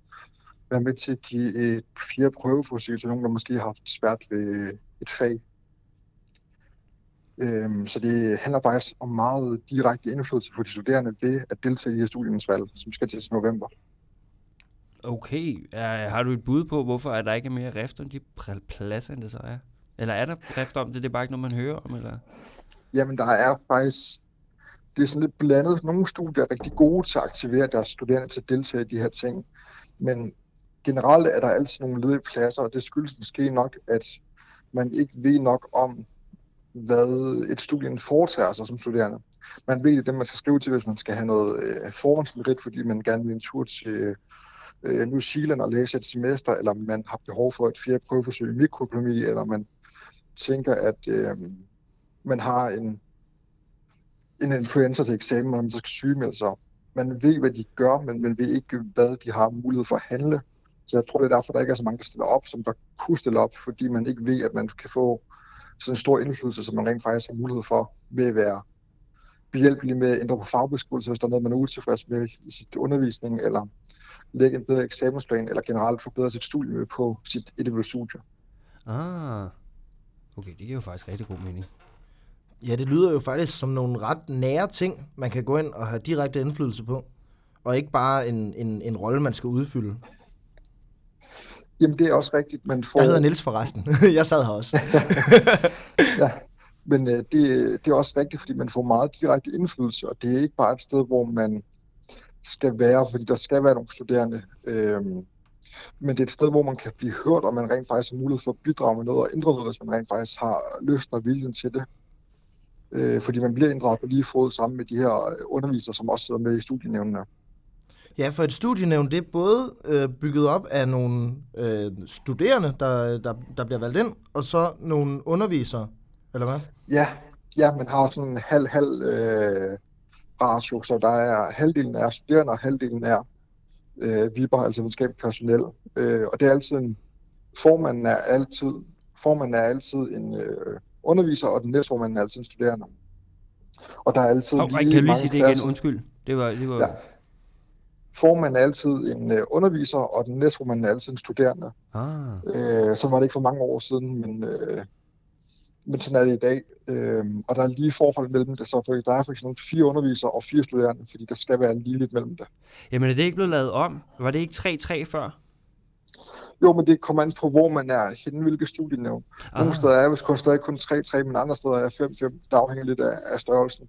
være med til at give et flere prøveforsøg til nogen, der måske har haft svært ved et fag. Øhm, så det handler faktisk om meget direkte indflydelse på de studerende ved at deltage i de her studiernes valg, som skal til til november. Okay, er, har du et bud på, hvorfor er der ikke er mere rift om de pr- pladser, end det så er? Eller er der rift om det, det er bare ikke noget, man hører om? Eller? Jamen, der er faktisk... Det er sådan lidt blandet. Nogle studier er rigtig gode til at aktivere deres studerende til at deltage i de her ting. Men generelt er der altid nogle ledige pladser, og det skyldes måske nok, at man ikke ved nok om, hvad et studie foretager sig som studerende. Man ved det, man skal skrive til, hvis man skal have noget øh, forhåndsmerit, fordi man gerne vil en tur til øh, New Zealand og læse et semester, eller man har behov for et fjerde prøveforsøg i mikroøkonomi, eller man tænker, at øh, man har en, en influencer til eksamen, og man så skal sygemelde sig. Man ved, hvad de gør, men man ved ikke, hvad de har mulighed for at handle. Så jeg tror, det er derfor, der ikke er så mange, der stiller op, som der kunne stille op, fordi man ikke ved, at man kan få sådan en stor indflydelse, som man rent faktisk har mulighed for ved at være behjælpelig med at ændre på fagbeskrivelse, hvis der er noget, man er utilfreds med i sit undervisning, eller lægge en bedre eksamensplan, eller generelt forbedre sit studie på sit individuelle studie. Ah, okay, det giver jo faktisk rigtig god mening. Ja, det lyder jo faktisk som nogle ret nære ting, man kan gå ind og have direkte indflydelse på. Og ikke bare en, en, en rolle, man skal udfylde. Jamen, det er også rigtigt. Man får... Jeg hedder Niels forresten. [laughs] jeg sad her også. Ja, men øh, det, det er også rigtigt, fordi man får meget direkte indflydelse, og det er ikke bare et sted, hvor man skal være, fordi der skal være nogle studerende. Øhm, men det er et sted, hvor man kan blive hørt, og man rent faktisk har mulighed for at bidrage med noget og ændre noget, hvis man rent faktisk har lysten og viljen til det. Øh, fordi man bliver inddraget på lige fod sammen med de her øh, undervisere, som også sidder med i studienævnene. Ja, for et studienævn, det er både øh, bygget op af nogle øh, studerende, der, der, der bliver valgt ind, og så nogle undervisere, eller hvad? Ja, ja, man har sådan en halv-halv øh, ratio, så der er halvdelen er studerende, og halvdelen er øh, viber, altså videnskabeligt personel. Øh, og det er altid en, formanden er altid, formanden er altid en øh, underviser, og den næste formand er altid en studerende. Og der er altid Hov, ej, lige kan du lige mange sige det pladser. igen? Undskyld. Det var, det var, Ja. Formanden er altid en øh, underviser, og den næste formand er altid en studerende. Ah, Øh, så var det ikke for mange år siden, men, øh, men sådan er det i dag. Øh, og der er lige forhold mellem det, så for, der er for eksempel fire undervisere og fire studerende, fordi der skal være lige lidt mellem det. jamen er det ikke blevet lavet om? Var det ikke 3-3 før? Jo, men det kommer an på, hvor man er henne, hvilket studienævn. Nogle Ah. steder er jeg vist kun stadig kun 3-3, men andre steder er 5-5. Det afhænger lidt af, af størrelsen.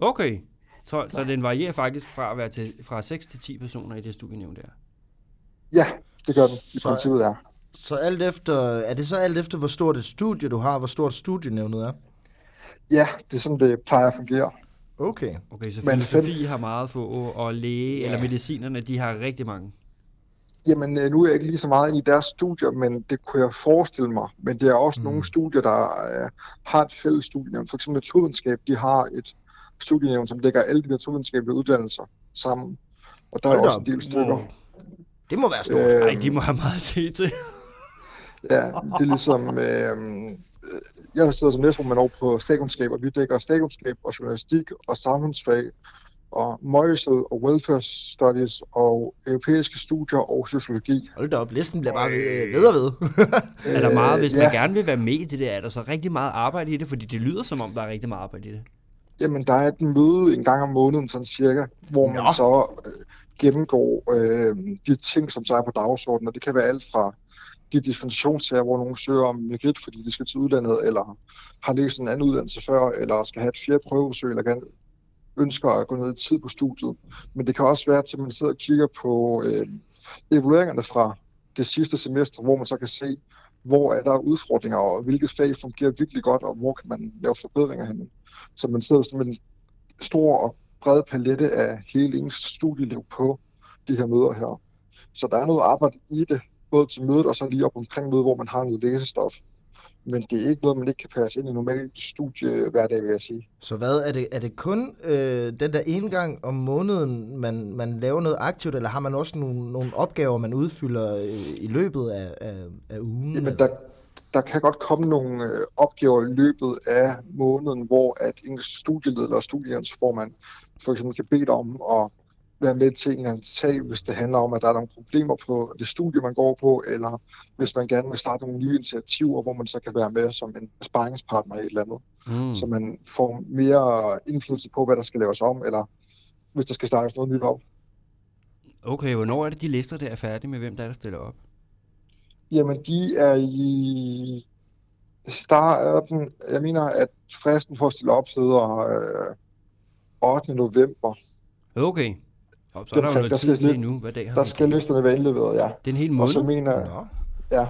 Okay. Så, så den varierer faktisk fra at være til, fra 6 til 10 personer i det studienævn der. Ja, det gør den i Så- princippet, ja. Så alt efter, er det så alt efter, hvor stort et studie du har, hvor stort studienævnet er? Ja, det er sådan, det plejer at fungere. Okay. Okay, så Men fem- filosofi har meget få, og læge yeah. eller medicinerne, de har rigtig mange. Jamen, øh, nu er jeg ikke lige så meget inde i deres studier, men det kunne jeg forestille mig. Men det er også mm. nogle studier, der øh, har et fælles studienævn. For eksempel naturvidenskab, de har et studienævn, som dækker alle de naturvidenskabelige uddannelser sammen. Og der Hold er da også op. en del stykker. Wow. Det må være stort. Øh, Nej, de må have meget at se til. Ja, det er ligesom... [laughs] Øh, øh, jeg sidder som næstformand over på statskundskab, og vi dækker statskundskab og journalistik og samfundsfag og møjesel og welfare studies og europæiske studier og sociologi. Hold da op, listen bliver bare ved, ved og ved. [laughs] er der meget, hvis man Øh, ja. gerne vil være med i det der, er der så rigtig meget arbejde i det? Fordi det lyder som om, der er rigtig meget arbejde i det. Jamen, der er et møde en gang om måneden, sådan cirka, hvor man Nå. så øh, gennemgår øh, de ting, som så er på dagsordenen. Og det kan være alt fra de dispensationssager, hvor nogen søger om merit, fordi de skal til udlandet, eller har læst en anden uddannelse før, eller skal have et fjerde prøvesøg, eller kan, ønsker at gå ned i tid på studiet. Men det kan også være, at man sidder og kigger på øh, evalueringerne fra det sidste semester, hvor man så kan se, hvor er der udfordringer, og hvilket fag fungerer virkelig godt, og hvor kan man lave forbedringer henne. Så man sidder sådan med en stor og bred palette af hele ens studieliv på de her møder her. Så der er noget arbejde i det, både til mødet og så lige op omkring mødet, hvor man har noget læsestof. Men det er ikke noget, man ikke kan passe ind i normal studiehverdag, vil jeg sige. Så hvad, er det, er det kun øh, den der ene gang om måneden, man, man laver noget aktivt, eller har man også nogle, nogle opgaver, man udfylder øh, i løbet af, af, af ugen? Jamen, eller? der, der kan godt komme nogle øh, opgaver i løbet af måneden, hvor at en studieleder eller studielandsformand for eksempel kan bede dig om at være med til en eller anden sag, hvis det handler om, at der er nogle problemer på det studie, man går på, eller hvis man gerne vil starte nogle nye initiativer, hvor man så kan være med som en sparringspartner i et eller andet, Mm. mm. så man får mere indflydelse på, hvad der skal laves om, eller hvis der skal startes noget nyt op. Okay, hvornår er det, de lister der er færdige med, hvem der er, der stiller op? Jamen, de er i starten. Jeg mener, at fristen for at stille op sidder øh, 8. november. Okay. Og så er der jo Jamen, der noget skal tid til lidt- nu. Hvad dag har Der vi? skal listerne være indleveret, ja. Det er en hel Og så måned. mener, jeg- Nå. ja.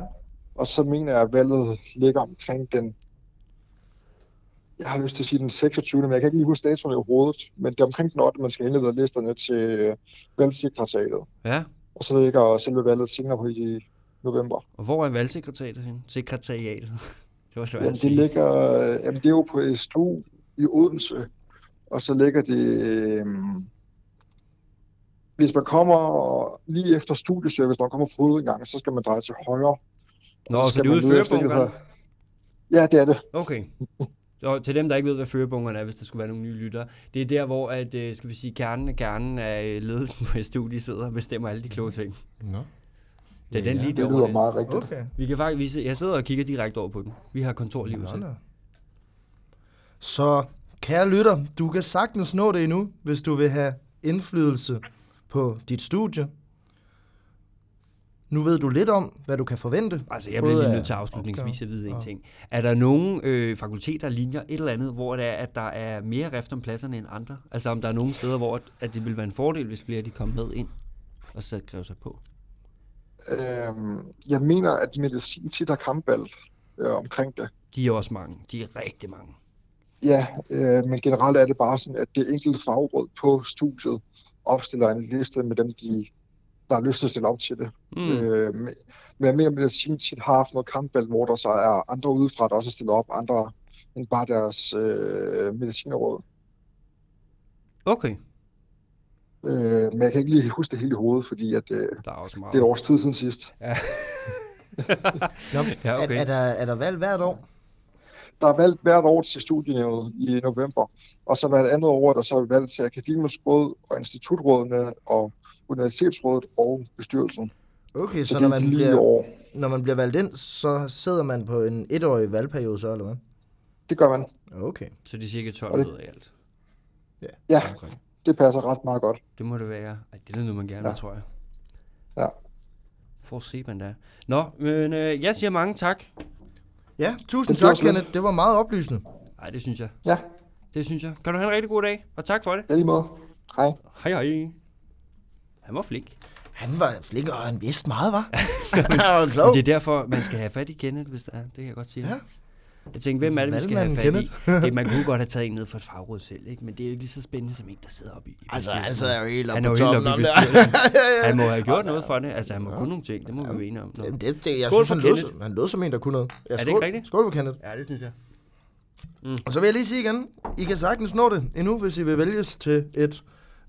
Og så mener jeg, at valget ligger omkring den... Jeg har lyst til at sige den 26., men jeg kan ikke lige huske datoen i hovedet. Men det er omkring den 8., man skal indlevere listerne til øh, valgsekretariatet. Ja. Og så ligger selve valget senere på i november. Og hvor er valgsekretariatet henne? Sekretariatet. [laughs] det var svært Ja, at det sige. ligger, øh, jamen det er jo på SDU i Odense, og så ligger det, øh, hvis man kommer lige efter studieservice, når man kommer fra hovedindgangen, så skal man dreje til højre. Nå, Og så, skal det er man ude i lede efter en, der førerbunkeren? hedder- Ja, det er det. Okay. Så til dem, der ikke ved, hvad førebunkerne er, hvis der skulle være nogle nye lyttere, det er der, hvor at, øh, skal vi sige, kernen af kernen af øh, ledelsen [laughs] på SDU, de sidder og bestemmer alle de kloge ting. Nå. Det er den lige Det derovre. lyder der. meget rigtigt. Okay. Vi kan faktisk vise, jeg sidder og kigger direkte over på den. Vi har kontorliv Nå, til. nå. Så kære lytter, du kan sagtens nå det endnu, hvis du vil have indflydelse på dit studie. Nu ved du lidt om, hvad du kan forvente. Altså, jeg Både bliver lige af nødt til afslutningsvis at opgaver. vide en ting. Er der nogle øh, fakulteter, linjer, et eller andet, hvor det er, at der er mere rift om pladserne end andre? Altså, om der er nogle steder, hvor at- at det ville være en fordel, hvis flere de kom med ind og så skrev sig på? Øhm, jeg mener, at medicin tit har kampvalgt øh, omkring det. De er også mange. De er rigtig mange. Ja, øh, men generelt er det bare sådan, at det enkelte fagråd på studiet opstiller en liste med dem, de, der har lyst til at stille op til det. Mm. Hmm. Mm. Øh, men- men jeg mener, at medicin tit har haft noget kampvalg, hvor der så er andre udefra, der også er stillet op, andre end bare deres øh, medicinerråd. Okay, Øh, men jeg kan ikke lige huske det hele i hovedet, fordi at, øh, der er også meget. det er et års tid siden sidst. Nå, Ja, okay. er, er, der, er der valg hvert år? Der er valgt hvert år til studienævnet i november, og så hvert andet år er der så valgt til Akademisk Råd og Institutrådene og Universitetsrådet og bestyrelsen. Okay, så Så når det er man, de lige i bliver, år. når man bliver valgt ind, så sidder man på en etårig valgperiode så, eller hvad? Det gør man. Okay. [laughs] Så det er cirka 12 Og det- møder i alt. Ja, Okay. det passer ret meget godt. Det må det være. Ej, det er noget, man gerne vil, Ja. tror jeg. Ja. tror Seban der. Nå, men øh, jeg siger mange tak. Ja, tusind Det var tak, slet. Kenneth. Det var meget oplysende. Nej, det synes jeg. Ja, Det synes jeg. Kan du have en rigtig god dag, og tak for det. ja lige måde. Hej. Hej hej. Han var flink. Han var flink, og han vidste [laughs] meget, var. han var klog. Det er derfor, man skal have fat i Kenneth, hvis det er. Det kan jeg godt sige. Ja. Ja. Jeg tænkte, hvem er det, vi skal have fat Valgmanden i? [laughs] Det, man kunne godt have taget en ned for et fagråd selv, ikke? men det er jo ikke lige så spændende som en, der sidder oppe i. i Altså, bestyrelsen. altså er jo helt Han oppe er jo på helt toppen oppe i om det. [laughs] bestyrelsen. Han må have gjort noget for det. Altså, han må kunne nogle ting. Det må vi jo være enige om. Nå. Jamen, det, det, jeg Skål synes, for han lød, Kenneth. som- han lød som en, der kunne noget. Ja, det skål, ikke rigtigt? Skål for Kenneth. Ja, det synes jeg. Og så vil jeg lige sige igen, I kan sagtens nå det endnu, hvis I vil vælges til et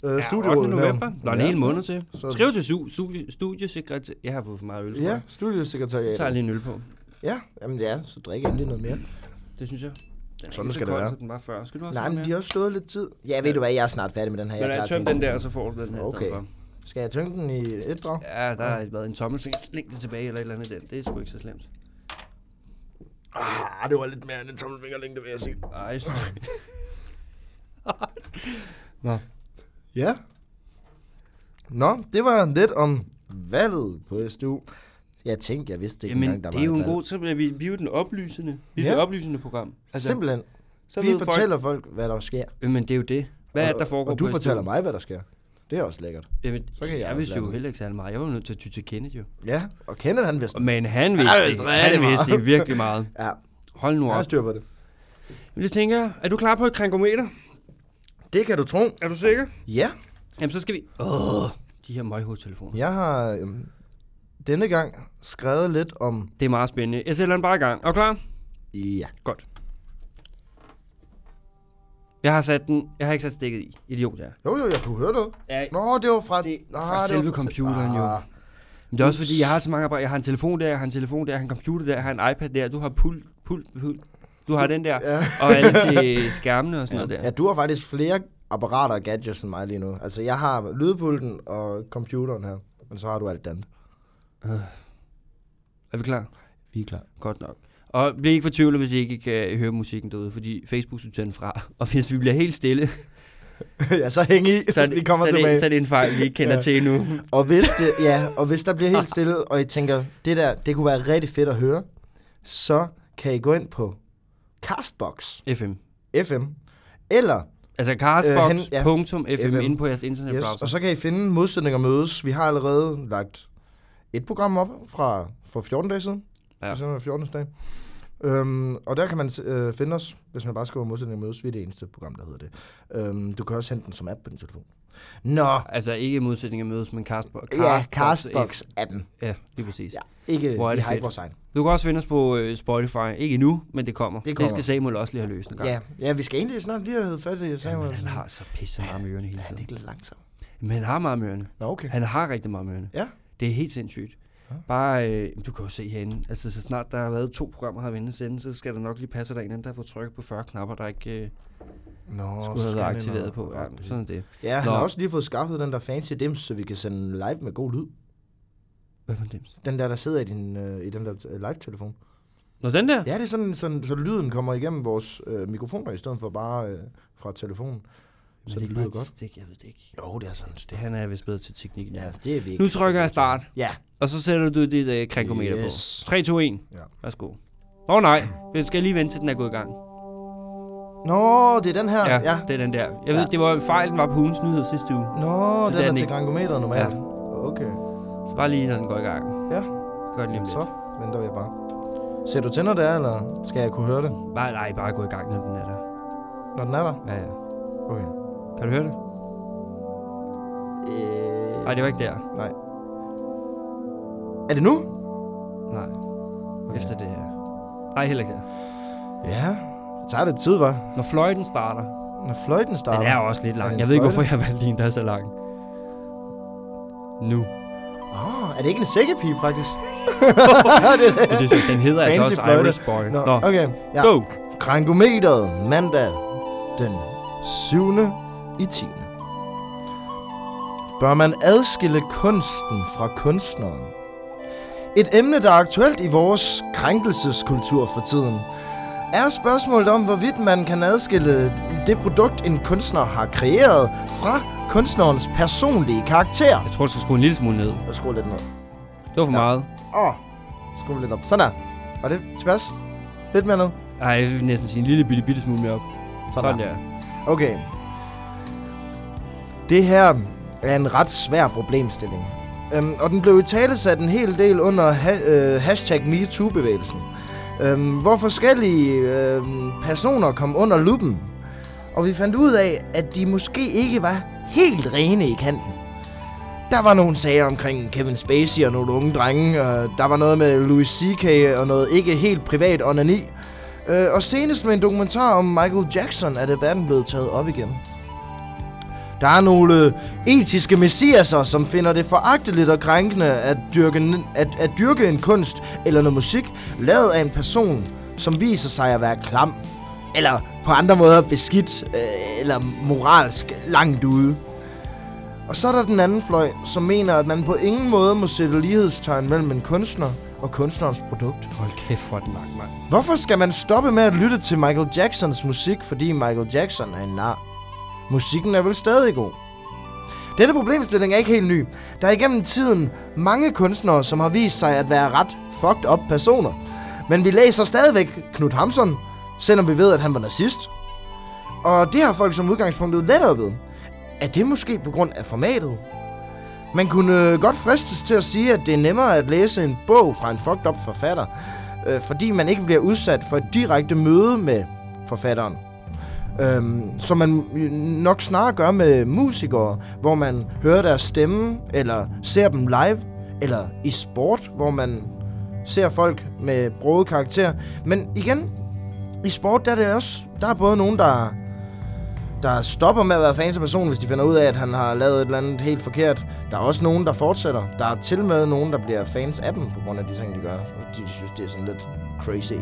øh, Ja, studieråd. 8. her. november. Der er en Ja. hel måned til. Så- Skriv til su- su- studiesekretær. Jeg har fået for meget øl, tror Ja, jeg. Så tager jeg studiesekretariatet. lige en øl på. Ja, jamen ja, så drik endelig noget mere. Det synes jeg. Den er Sådan ikke skal så det kold, være. som den var før. Skal du også Nej, have men de mere? har også stået lidt tid. Ja, ved Ja. du hvad, jeg er snart færdig med den her. Men Jeg er jeg klar tøm til den der, og så får du den her i stedet Okay. for. Skal jeg tynge den i et drag? Ja, der har været en tommelfingers længde tilbage eller et eller andet i den. Det er sgu ikke så slemt. Ah, det var lidt mere end en tommelfingerlængde, vil jeg sige. Ej, [laughs] jeg synes- Nå. Ja. Nå, det var lidt om valget på SDU. Jeg tænkte, jeg vidste ikke Jamen, engang, der det var er jo et en valg. god så bliver vi, vi er jo den oplysende. Vi er Ja. det oplysende program. Simpelthen. så Vi ved fortæller folk, hvad der sker. Folk, men det er jo det. Hvad er det, der Og- foregår Og du på fortæller SDU? mig, hvad der sker. Det er også lækkert. Jamen, så kan kan jeg jeg, også jeg vidste lade jo mig. heller ikke særlig meget. Jeg var jo nødt til at ty til Kenneth jo. Ja, og kender han vist. Men han vidste, vidste det. rigtig han meget. vidste det virkelig meget. Ja, Hold nu jeg har op. styr på det. Men det tænker jeg, er du klar på et krænkometer? Det kan du tro. Er du sikker? Ja, Jamen, så skal vi... Åh, de her møghovedtelefoner. jeg har øhm, denne gang skrevet lidt om... Det er meget spændende. Jeg sætter den bare i gang. Er du klar? Ja. Godt. Jeg har sat den... Jeg har ikke sat stikket i. Idiot, jeg. Jo, jo, jeg kunne høre noget. Ja, Nå, Ah, det var fra... Det- Nå, fra selve computeren, jo. Ah, Men det er også fordi, jeg har så mange apparater. Jeg har en telefon der, jeg har en telefon der, jeg har en computer der, jeg har en iPad der. Du har pult, pult, pult. Du har den der. Ja. Og alle til skærmene og sådan noget Ja, der. du har faktisk flere apparater og gadgets end mig lige nu. Altså, jeg har lydpulten og computeren her. Men så har du alt det andet. Er vi klar? Vi er klar. Godt nok. Og bliv ikke fortvivlet, hvis I ikke kan øh, høre musikken derude, fordi Facebook synes den fra. Og hvis vi bliver helt [laughs] stille, [laughs] ja, så hæng i, så er vi det, kommer så er tilbage. det, så er det en fejl, vi ikke kender Ja. ja. til [laughs] endnu. Og hvis, det, ja, og hvis der bliver helt stille, og I tænker, det der, det kunne være rigtig fedt at høre, så kan I gå ind på Castbox FM. FM, eller, Altså Øh, hen- ja. castbox.fm øh, FM. ja. inde på jeres yes, internetbrowser. og Yes, så kan I finde modsætninger mødes. Vi har allerede lagt et program op fra for 14 dage siden. Ja. Ja. Det 14. dag. Øhm, og der kan man øh, finde os, hvis man bare skriver modsætninger mødes. Vi er det eneste program, der hedder det. Øhm, du kan også hente den som app på din telefon. Nå, altså ikke i modsætning af mødes, men castbox. ja, Castbox-appen. Ja, lige præcis. Ja. Ikke, Hvor er vi det har ikke fedt. vores egen. Du kan også finde os på øh, Spotify. Ikke nu, men det kommer. Det kommer. det skal Samuel også lige have løst en gang. Ja, ja, vi skal egentlig snart lige have fat i Samuel. Men han har så pisse meget med ørerne hele Han er tiden. ikke lidt langsom. Men han har meget med ørerne. Nå, okay. Han har rigtig meget med ørerne. Ja. Det er helt sindssygt. Bare, øh, du kan jo se herinde, altså så snart der har været to programmer her vendt sende, så skal der nok lige passe, at der er en anden, der får trykket på 40 knapper, der ikke øh, Nå, skulle have skal været han ind aktiveret og- på. Ja, sådan er det. Ja, han Nå. har også lige fået skaffet den der fancy dims, så vi kan sende live med god lyd. Hvad for en dims? Den der, der sidder i, din, øh, i den der øh, live-telefon. Nå, den der? Ja, det er sådan, sådan så lyden kommer igennem vores øh, mikrofoner, i stedet for bare øh, fra telefonen. Men Så det det er bare lyder et godt. stik, jeg ved det ikke. Jo, det er sådan Det stærkt. han er vist bedre til teknik. Ja, Ja. det er vi ikke. Nu trykker jeg start, Ja. og så sætter du dit øh, krænkometer Yes. på. 3, 2, 1. Ja. Værsgo. Åh oh, nej, jeg skal lige vente til den er gået i gang. Nå, det er den her. Ja, Ja. ja. det er den der. Jeg ved, Ja. ja. det var en fejl, den var på ugens nyhed sidste uge. Så Nå, den det er er den til ikke. grankometer normalt. Ja. Okay. Så bare lige, når den går i gang. Ja. Gør det lige om Så lidt. venter vi bare. Ser du til, når det er, eller skal jeg kunne høre det, Bare, nej, bare gå i gang, når den er der. når den er der? Ja, ja. Okay. Kan du høre det? Øh... Nej, det var ikke der. Nej. Er det nu? Nej. Efter det her. Nej, heller ikke der. Ja. Det tager lidt tid, var. Når fløjten starter. Når fløjten starter. Den er også lidt Er det lang. en Jeg ved ikke, fløjte? hvorfor jeg valgte en, der er så lang. [laughs] Nu. Åh, Ah, er det ikke en sækkepip, [laughs] faktisk? [laughs] Men det er så- Den hedder altså Fancy også fløjte. Irish Boy. Nå, Nå. okay. Ja. go! Krankometeret mandag den 7. i 10. Bør man adskille kunsten fra kunstneren? Et emne, der er aktuelt i vores krænkelseskultur for tiden, er spørgsmålet om, hvorvidt man kan adskille det produkt, en kunstner har kreeret, fra kunstnerens personlige karakter. Jeg tror, du skal skrue en lille smule ned. Jeg skruer lidt ned. Det var for Ja. meget. Åh, skru lidt op. Sådan der. Var det tilpas? Lidt mere ned. Ej, jeg vil næsten sige en lille bitte, bitte smule mere op. Sådan der. Okay. Det her er en ret svær problemstilling. Øhm, og den blev i tale sat en hel del under ha- øh, hashtag MeToo-bevægelsen. Øhm, hvor forskellige øhm, personer kom under lupen. Og vi fandt ud af, at de måske ikke var helt rene i kanten. Der var nogle sager omkring Kevin Spacey og nogle unge drenge. Og der var noget med Louis C.K. og noget ikke helt privat onani. Øh, og senest med en dokumentar om Michael Jackson er debatten blevet taget op igen. Der er nogle øh, etiske messiaser, som finder det foragteligt og krænkende at dyrke, en- at, at dyrke en kunst eller noget musik, lavet af en person, som viser sig at være klam, eller på andre måder beskidt, øh, eller moralsk langt ude. Og så er der den anden fløj, som mener, at man på ingen måde må sætte lighedstegn mellem en kunstner og kunstnerens produkt. Hold kæft, hvor er den lang, mand. Hvorfor skal man stoppe med at lytte til Michael Jacksons musik, fordi Michael Jackson er en nar? Musikken er vel stadig god. Denne problemstilling er ikke helt ny. Der er igennem tiden mange kunstnere, som har vist sig at være ret fucked up personer. Men vi læser stadigvæk Knut Hamsun, selvom vi ved, at han var nazist. Og det har folk som udgangspunktet lettere ved. Er det måske på grund af formatet? Man kunne øh, godt fristes til at sige, at det er nemmere at læse en bog fra en fucked up forfatter, øh, fordi man ikke bliver udsat for et direkte møde med forfatteren. Øhm, som man nok snarere gør med musikere, hvor man hører deres stemme, eller ser dem live, eller i sport, hvor man ser folk med broget karakter. Men igen, i sport der er det også, der er både nogen, der, der stopper med at være fans af personen, hvis de finder ud af, at han har lavet et eller andet helt forkert. Der er også nogen, der fortsætter. Der er til med nogen, der bliver fans af dem, på grund af de ting, de gør. Og de, de synes, det er sådan lidt crazy.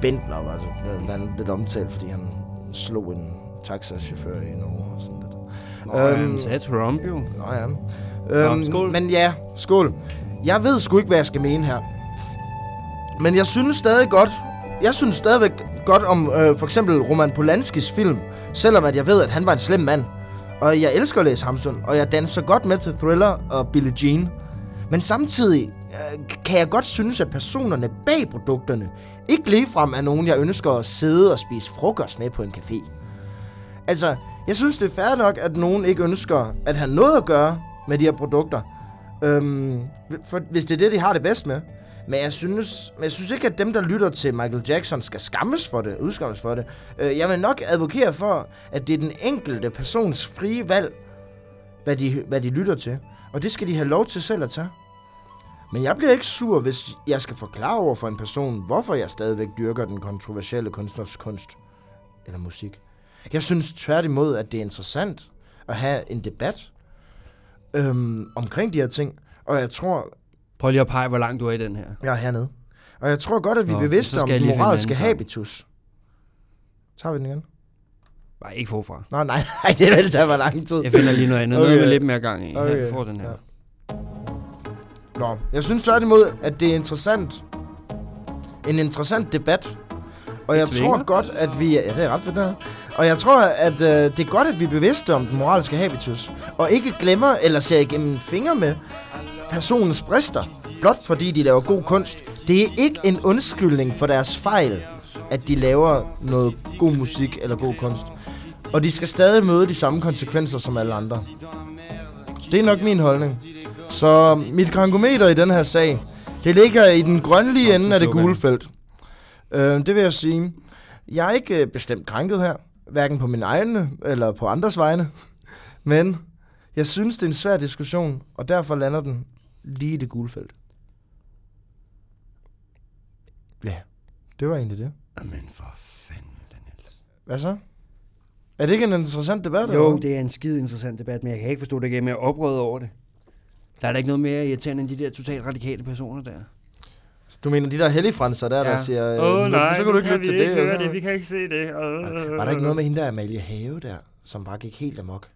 Bentner var altså, øh, han er lidt omtalt, fordi han slog en taxachauffør i Norge. Og sådan lidt. Øhm, så er Trump jo. Nå ja. Øhm, Nå, skål. Men ja, skål. Jeg ved sgu ikke, hvad jeg skal mene her. Men jeg synes stadig godt, jeg synes stadigvæk godt om øh, for eksempel Roman Polanskis film, selvom at jeg ved, at han var en slem mand. Og jeg elsker at læse Hamsun, og jeg danser godt med til Thriller og Billie Jean. Men samtidig øh, kan jeg godt synes, at personerne bag produkterne ikke ligefrem er nogen, jeg ønsker at sidde og spise frokost med på en café. Altså, jeg synes, det er fair nok, at nogen ikke ønsker at have noget at gøre med de her produkter. Øhm, for, hvis det er det, de har det bedst med. Men jeg synes, men jeg synes ikke, at dem, der lytter til Michael Jackson, skal skammes for det, udskammes for det. Øh, jeg vil nok advokere for, at det er den enkelte persons frie valg, hvad de, hvad de lytter til. Og det skal de have lov til selv at tage. Men jeg bliver ikke sur, hvis jeg skal forklare over for en person, hvorfor jeg stadigvæk dyrker den kontroversielle kunstners kunst eller musik. Jeg synes tværtimod, at det er interessant at have en debat øhm, omkring de her ting. Og jeg tror, Prøv lige at pege, hvor langt du er i den her. jeg er hernede. Og jeg tror godt, at vi er Nå, så bevidste skal om jeg den lige finde en moralske anden sang. habitus. Tager vi den igen? Nej, ikke forfra. Nå, nej, [laughs] nej, det vil tage for lang tid. Jeg finder lige noget andet. Okay. Noget Okay. med lidt mere gang i. Okay. Her, Okay, får den her. ja. Nå, jeg synes tværtimod, at det er interessant. En interessant debat. Og Det jeg svinger. tror godt, at vi... Ja, det er ret fedt, det her. Og jeg tror, at øh, det er godt, at vi er bevidste om den moralske habitus. Og ikke glemmer eller ser igennem fingre med personens brister. Blot fordi de laver god kunst. Det er ikke en undskyldning for deres fejl, at de laver noget god musik eller god kunst. Og de skal stadig møde de samme konsekvenser som alle andre. Det er nok min holdning. Så mit krankometer i den her sag, det ligger i den grønlige Nå, ende så af det slukker gule jeg. felt. Øh, det vil jeg sige. Jeg er ikke øh, bestemt krænket her, hverken på min egne eller på andres vegne. [laughs] Men jeg synes, det er en svær diskussion, og derfor lander den lige i det gule felt. Ja, det var egentlig det. Jamen for fanden, Daniels. Hvad så? Er det ikke en interessant debat? eller Jo, hvad? det er en skide interessant debat, men jeg kan ikke forstå, at jeg er mere oprøret over det. Der er da ikke noget mere irriterende end de der totalt radikale personer der. Du mener de der helligfranser der, ja. der siger, øh, men så kan du ikke lytte til det. og så- kan ikke se det. Var- Var der ikke noget med hende der Amalie Have der, som bare gik helt amok?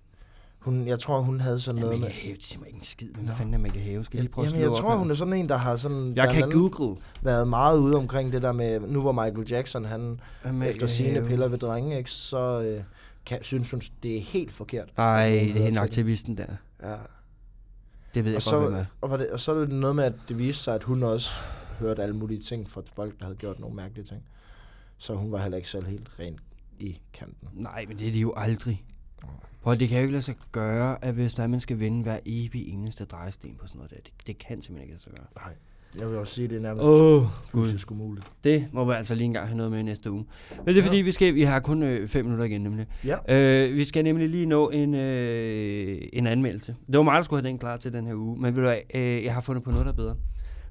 Hun, jeg tror, hun havde sådan noget Amalie med... Have, det siger mig ikke en skid. Hvem fanden er Amalie Have? Skal jeg lige prøve Jamen, at jeg slå op tror, her? hun er sådan en, der har sådan Jeg blandt kan andet google. været meget ude omkring det der med, nu hvor Michael Jackson, han Amalie efter sine Have. piller ved drenge, ikke, så øh, kan, synes hun, det er helt forkert. Ej, At det hun er hører hende til aktivisten der. Ja. Det ved jeg Og og godt, hvem så, er. og, var det, og så er det noget med, at det viste sig, at hun også hørte alle mulige ting fra folk, der havde gjort nogle mærkelige ting. Så hun var heller ikke selv helt ren i kanten. Nej, men det er de jo aldrig. Prøv, at- det kan jo ikke lade sig gøre, at hvis der er, man skal vende hver evig eneste drejesten på sådan noget der. Det, det kan simpelthen ikke lade sig gøre. Nej. Jeg vil også sige, at det er nærmest oh, Åh, oh, gud. fysisk umuligt. Det må vi altså lige engang have noget med i næste uge. Men det er fordi, vi, skal, vi har kun øh, fem minutter igen nemlig. Ja. Øh, vi skal nemlig lige nå en, øh, en anmeldelse. Det var mig, der skulle have den klar til den her uge, men ved du hvad, øh, jeg har fundet på noget, der er bedre.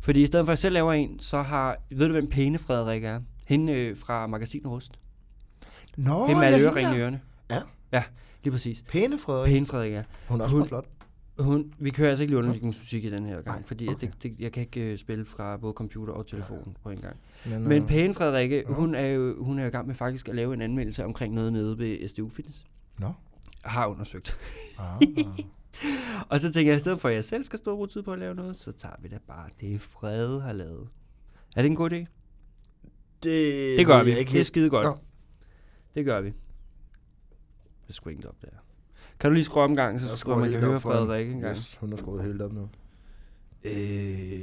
Fordi i stedet for, at jeg selv laver en, så har... Ved du, hvem Pæne Frederik er? Hende øh, fra Magasin Rust. Nå, Oh, det er med alle ja, øreringe i hende der. ørerne. Ja. Ja, lige præcis. Pæne Frederik. Pæne Frederik er. Hun er også Hun- meget flot. Hun, vi kører altså ikke lige underlægningsmusik i den her gang, fordi okay. okay. det, det, jeg kan ikke øh, spille fra både computer og telefonen på en gang. Men, Men øh, Pæne Frederikke, hun er jo hun er jo i gang med faktisk at lave en anmeldelse omkring noget nede ved SDU Fitness. Nå. Har undersøgt. [laughs] Ah, Og så tænker jeg, i stedet for at jeg selv skal stå og bruge tid på at lave noget, så tager vi da bare det, Fred har lavet. Er det en god idé? det, Det gør ved vi. jeg Det er helt. skide godt. Nå. Det gør vi. Det er sgu ikke op der. Kan du lige skrue omgang, så, Jeg så skruer man helt kan op høre for hende. Frederik en gang. Yes, hun er skruet helt op nu. Øh,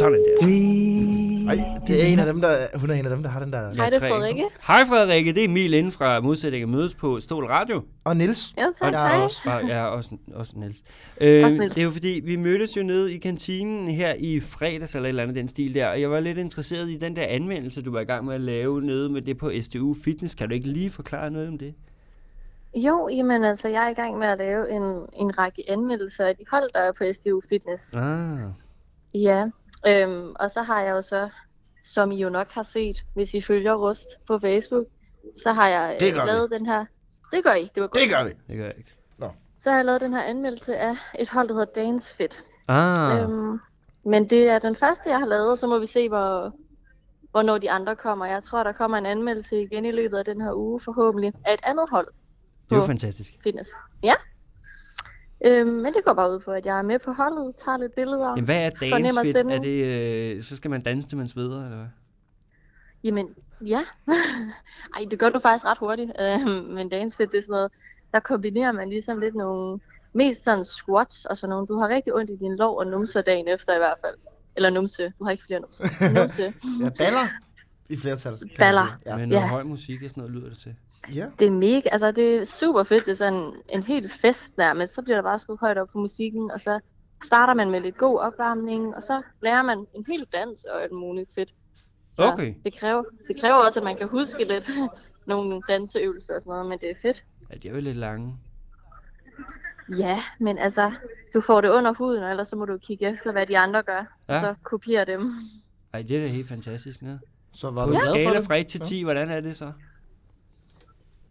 sådan der. Ej, det er en af dem, der, hun er en af dem, der har den der... Ja, Hej, det er tre. Frederikke. Hej Frederikke, det er Emil inden fra modsætningen mødes på Stol Radio. Og Nils. Jo, tak. Og jeg er Hej. også, og jeg er også, også Niels. Øh, Også Niels. det er jo fordi, vi mødtes jo nede i kantinen her i fredags eller et eller andet den stil der, og jeg var lidt interesseret i den der anvendelse, du var i gang med at lave nede med det på STU Fitness. Kan du ikke lige forklare noget om det? Jo, jamen altså, jeg er i gang med at lave en, en række anmeldelser af de hold, der er på SDU Fitness. Ah, Ja, øhm, og så har jeg jo så, som I jo nok har set, hvis I følger Rust på Facebook, så har jeg øh, Det gør vi. lavet den her... Det gør I, det var godt. Det gør vi. det gør jeg ikke. Så har jeg lavet den her anmeldelse af et hold, der hedder Dance Fit. Ah, Øhm, men det er den første, jeg har lavet, og så må vi se, hvor, hvornår de andre kommer. Jeg tror, der kommer en anmeldelse igen i løbet af den her uge, forhåbentlig, af et andet hold det var på fantastisk. fitness. Ja. Øhm, men det går bare ud på, at jeg er med på holdet, tager lidt billeder. Jamen, hvad er Fornemmer dance fit? Er stemningen. det, øh, så skal man danse til man sveder, eller hvad? Jamen, ja. [laughs] Ej, det gør du faktisk ret hurtigt. Øhm, men Dance Fit, det er sådan noget, der kombinerer man ligesom lidt nogle mest sådan squats og sådan nogle. Du har rigtig ondt i din lov og numse dagen efter i hvert fald. Eller numse. Du har ikke flere numse. Numse. Ja, baller. I flertal. kan man Baller. sige. Ja. Ja. Med noget Ja. høj musik og sådan noget lyder det til. ja. Det er mega, altså det er super fedt, det er sådan en helt fest nærmest, så bliver der bare skudt højt op på musikken, og så starter man med lidt god opvarmning, og så lærer man en hel dans og alt muligt fedt. Så Okay. det, kræver, det kræver også, at man kan huske lidt [laughs] nogle danseøvelser og sådan noget, men det er fedt. Ja, de er jo lidt lange. Ja, men altså, du får det under huden, og ellers så må du kigge efter, hvad de andre gør, ja. og Ja. så kopiere dem. Ej, det er da helt fantastisk. Ja. Så var På du en glad for skala det? fra 1 til 10, hvordan er det så?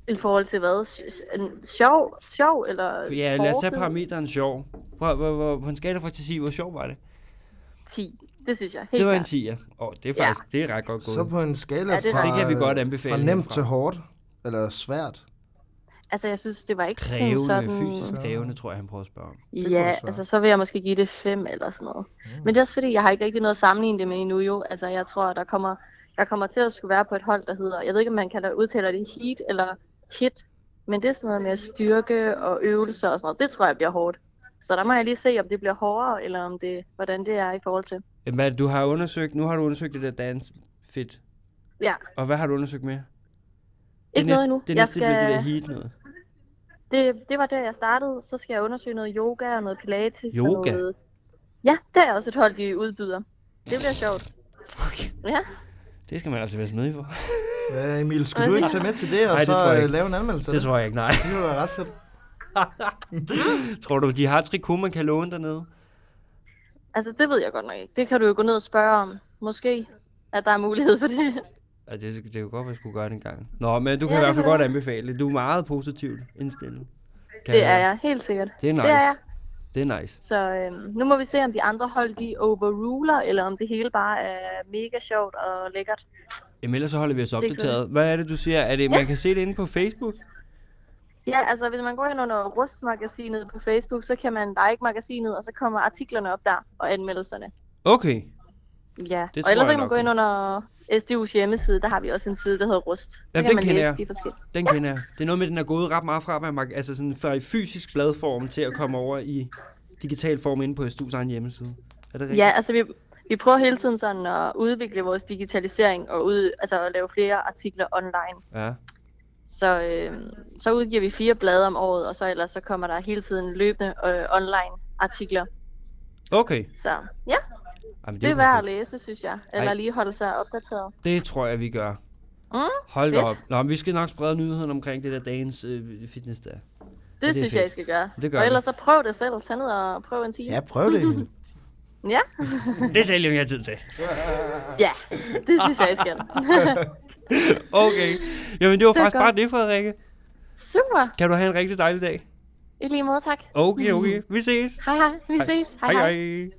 I forhold til hvad? Sj- en Sjov? Sjov? Eller Ja, lad os tage hårdhed? parameteren sjov. På, på, på, på en skala fra 1 til 10, hvor sjov var det? 10. Det synes jeg. Helt Det var en klart. 10'er. Åh, oh, det er Ja. faktisk det er ret godt Så gået. på en skala Ja, det er fra, rigtigt. Det kan vi godt anbefale fra nemt herfra. til hårdt, eller svært. Altså, jeg synes, det var ikke sådan Krævende, sådan... fysisk krævende, tror jeg, han prøver at spørge om. kunne Ja, det svare. altså så vil jeg måske give det 5 eller sådan noget. Mm. Men det er også fordi, jeg har ikke rigtig noget at sammenligne det med endnu jo. Altså jeg tror, der kommer, jeg kommer til at skulle være på et hold, der hedder, jeg ved ikke om man kalder udtaler det heat eller hit, men det er sådan noget med styrke og øvelser og sådan noget. Det tror jeg bliver hårdt. Så der må jeg lige se, om det bliver hårdere, eller om det, hvordan det er i forhold til. Jamen, Hvad, du har undersøgt, nu har du undersøgt det der dance fit. Ja, Og hvad har du undersøgt mere? ikke næste, noget endnu. Det jeg næste bliver det der heat noget. det, det var der, jeg startede. Så skal jeg undersøge noget yoga og noget pilates. Og Yoga? noget... Ja, der er også et hold, de udbyder. Det bliver sjovt. Fuck. Ja. Det skal man altså være smidig for. Ja, Emil, skulle du Okay. ikke tage med til det, og Nej, det så tror jeg øh, ikke. lave en anmeldelse? af Det tror jeg ikke, nej. Det ville være ret fedt. Tror du, de har trikot, man kan låne dernede? Altså, det ved jeg godt nok ikke. Det kan du jo gå ned og spørge om. Måske, at der er mulighed [laughs] for det. Ja, det, det kan godt være, at jeg skulle gøre det en gang. Nå, men du kan Ja, i det hvert fald kan godt du. anbefale det. Du er meget positivt indstillet. Kan Det jeg er høre. jeg helt sikkert. Det er nice. Det er jeg. Det er nice. Så øhm, nu må vi se, om de andre hold, de overruler, eller om det hele bare er mega sjovt og lækkert. Jamen, ellers så holder vi os er ikke opdateret. Hvad er det, du siger? Er det, man kan se det inde på Facebook? Ja, altså hvis man går ind under Rustmagasinet på Facebook, så kan man like magasinet, og så kommer artiklerne op der, og anmeldelserne. Okay. Ja, Det tror og ellers jeg så kan man nok, gå ind ja. under SDU's hjemmeside, der har vi også en side, der hedder Rust. Så Jamen, den kan man kender læse jeg. de forskellige. Den kender jeg. Det er noget med, den er gået ret meget fra, at man, mag- altså sådan fra i fysisk bladform til at komme over i digital form inde på SDU's egen hjemmeside. Er det rigtigt? Ja, altså vi, vi prøver hele tiden sådan at udvikle vores digitalisering og ud, altså at lave flere artikler online. ja. Så, øh, så udgiver vi fire blade om året, og så ellers så kommer der hele tiden løbende øh, online artikler. Okay. Så ja, Jamen, det jo er værd at perfekt. læse, synes jeg. Eller Ej. lige holde sig opdateret. Det tror jeg, vi gør. Mm, Hold da fedt. op. Nå, men vi skal nok sprede nyheden omkring det der dagens øh, fitness der. det, er det synes fedt. jeg, I skal gøre. Det gør og vi. ellers så prøv det selv. Tag ned og prøv en time. Ja, prøv [laughs] det, Emil. Ja, Det sælger vi har tid til. ja. det synes jeg, [laughs] I skal. Okay. Jamen, det var Det er faktisk bare godt. det, Frederikke. Super. Kan du have en rigtig dejlig dag? I lige måde, tak. Okay, okay. Vi ses. Hej hej, vi ses. Mm-hmm. Hej hej. hej.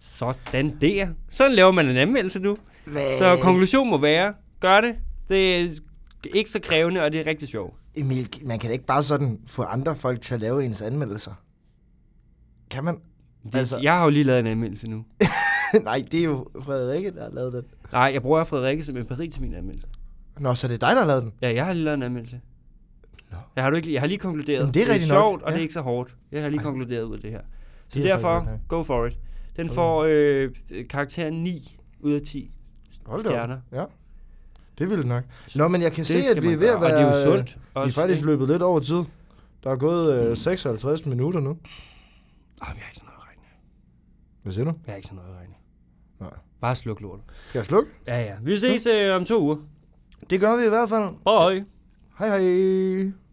Sådan der. Sådan laver man en anmeldelse nu. Hvad? Så konklusion må være, gør det. Det er ikke så krævende, og det er rigtig sjovt. Emil, man kan da ikke bare sådan få andre folk til at lave ens anmeldelser. Kan man? [laughs] Det, Altså- altså... Jeg har jo lige lavet en anmeldelse nu. Nej, det er jo Frederikke, der har lavet den. Nej, jeg bruger Frederikke som empiri til min anmeldelse. Nå, så det er dig, der har lavet den? Ja, jeg har lige lavet en anmeldelse. Jeg har, du ikke, jeg har lige konkluderet. Jamen, det er det er rigtig nok. sjovt, og Ja. det er ikke så hårdt. Jeg har lige konkluderet ud af det her. Så Det det er derfor, faktisk godt, go for it. Den får øh, karakteren 9 ud af 10. Hold da op. Stjerner. Ja. Det er vildt nok. Nå, men jeg kan Det se, skal at vi er man ved at gøre, være... og det er jo sundt Vi er også, faktisk ikke? Mm. løbet lidt over tid. Der er gået øh, 56 minutter nu. Åh, Ah, jeg har ikke så noget at regne. Hvad siger du? Jeg har ikke så noget at regne. Nej. Bare sluk lort. Skal jeg slukke? Ja, ja. Vi ses øh, om to uger. Det gør vi i hvert fald. Hej. Hej hej.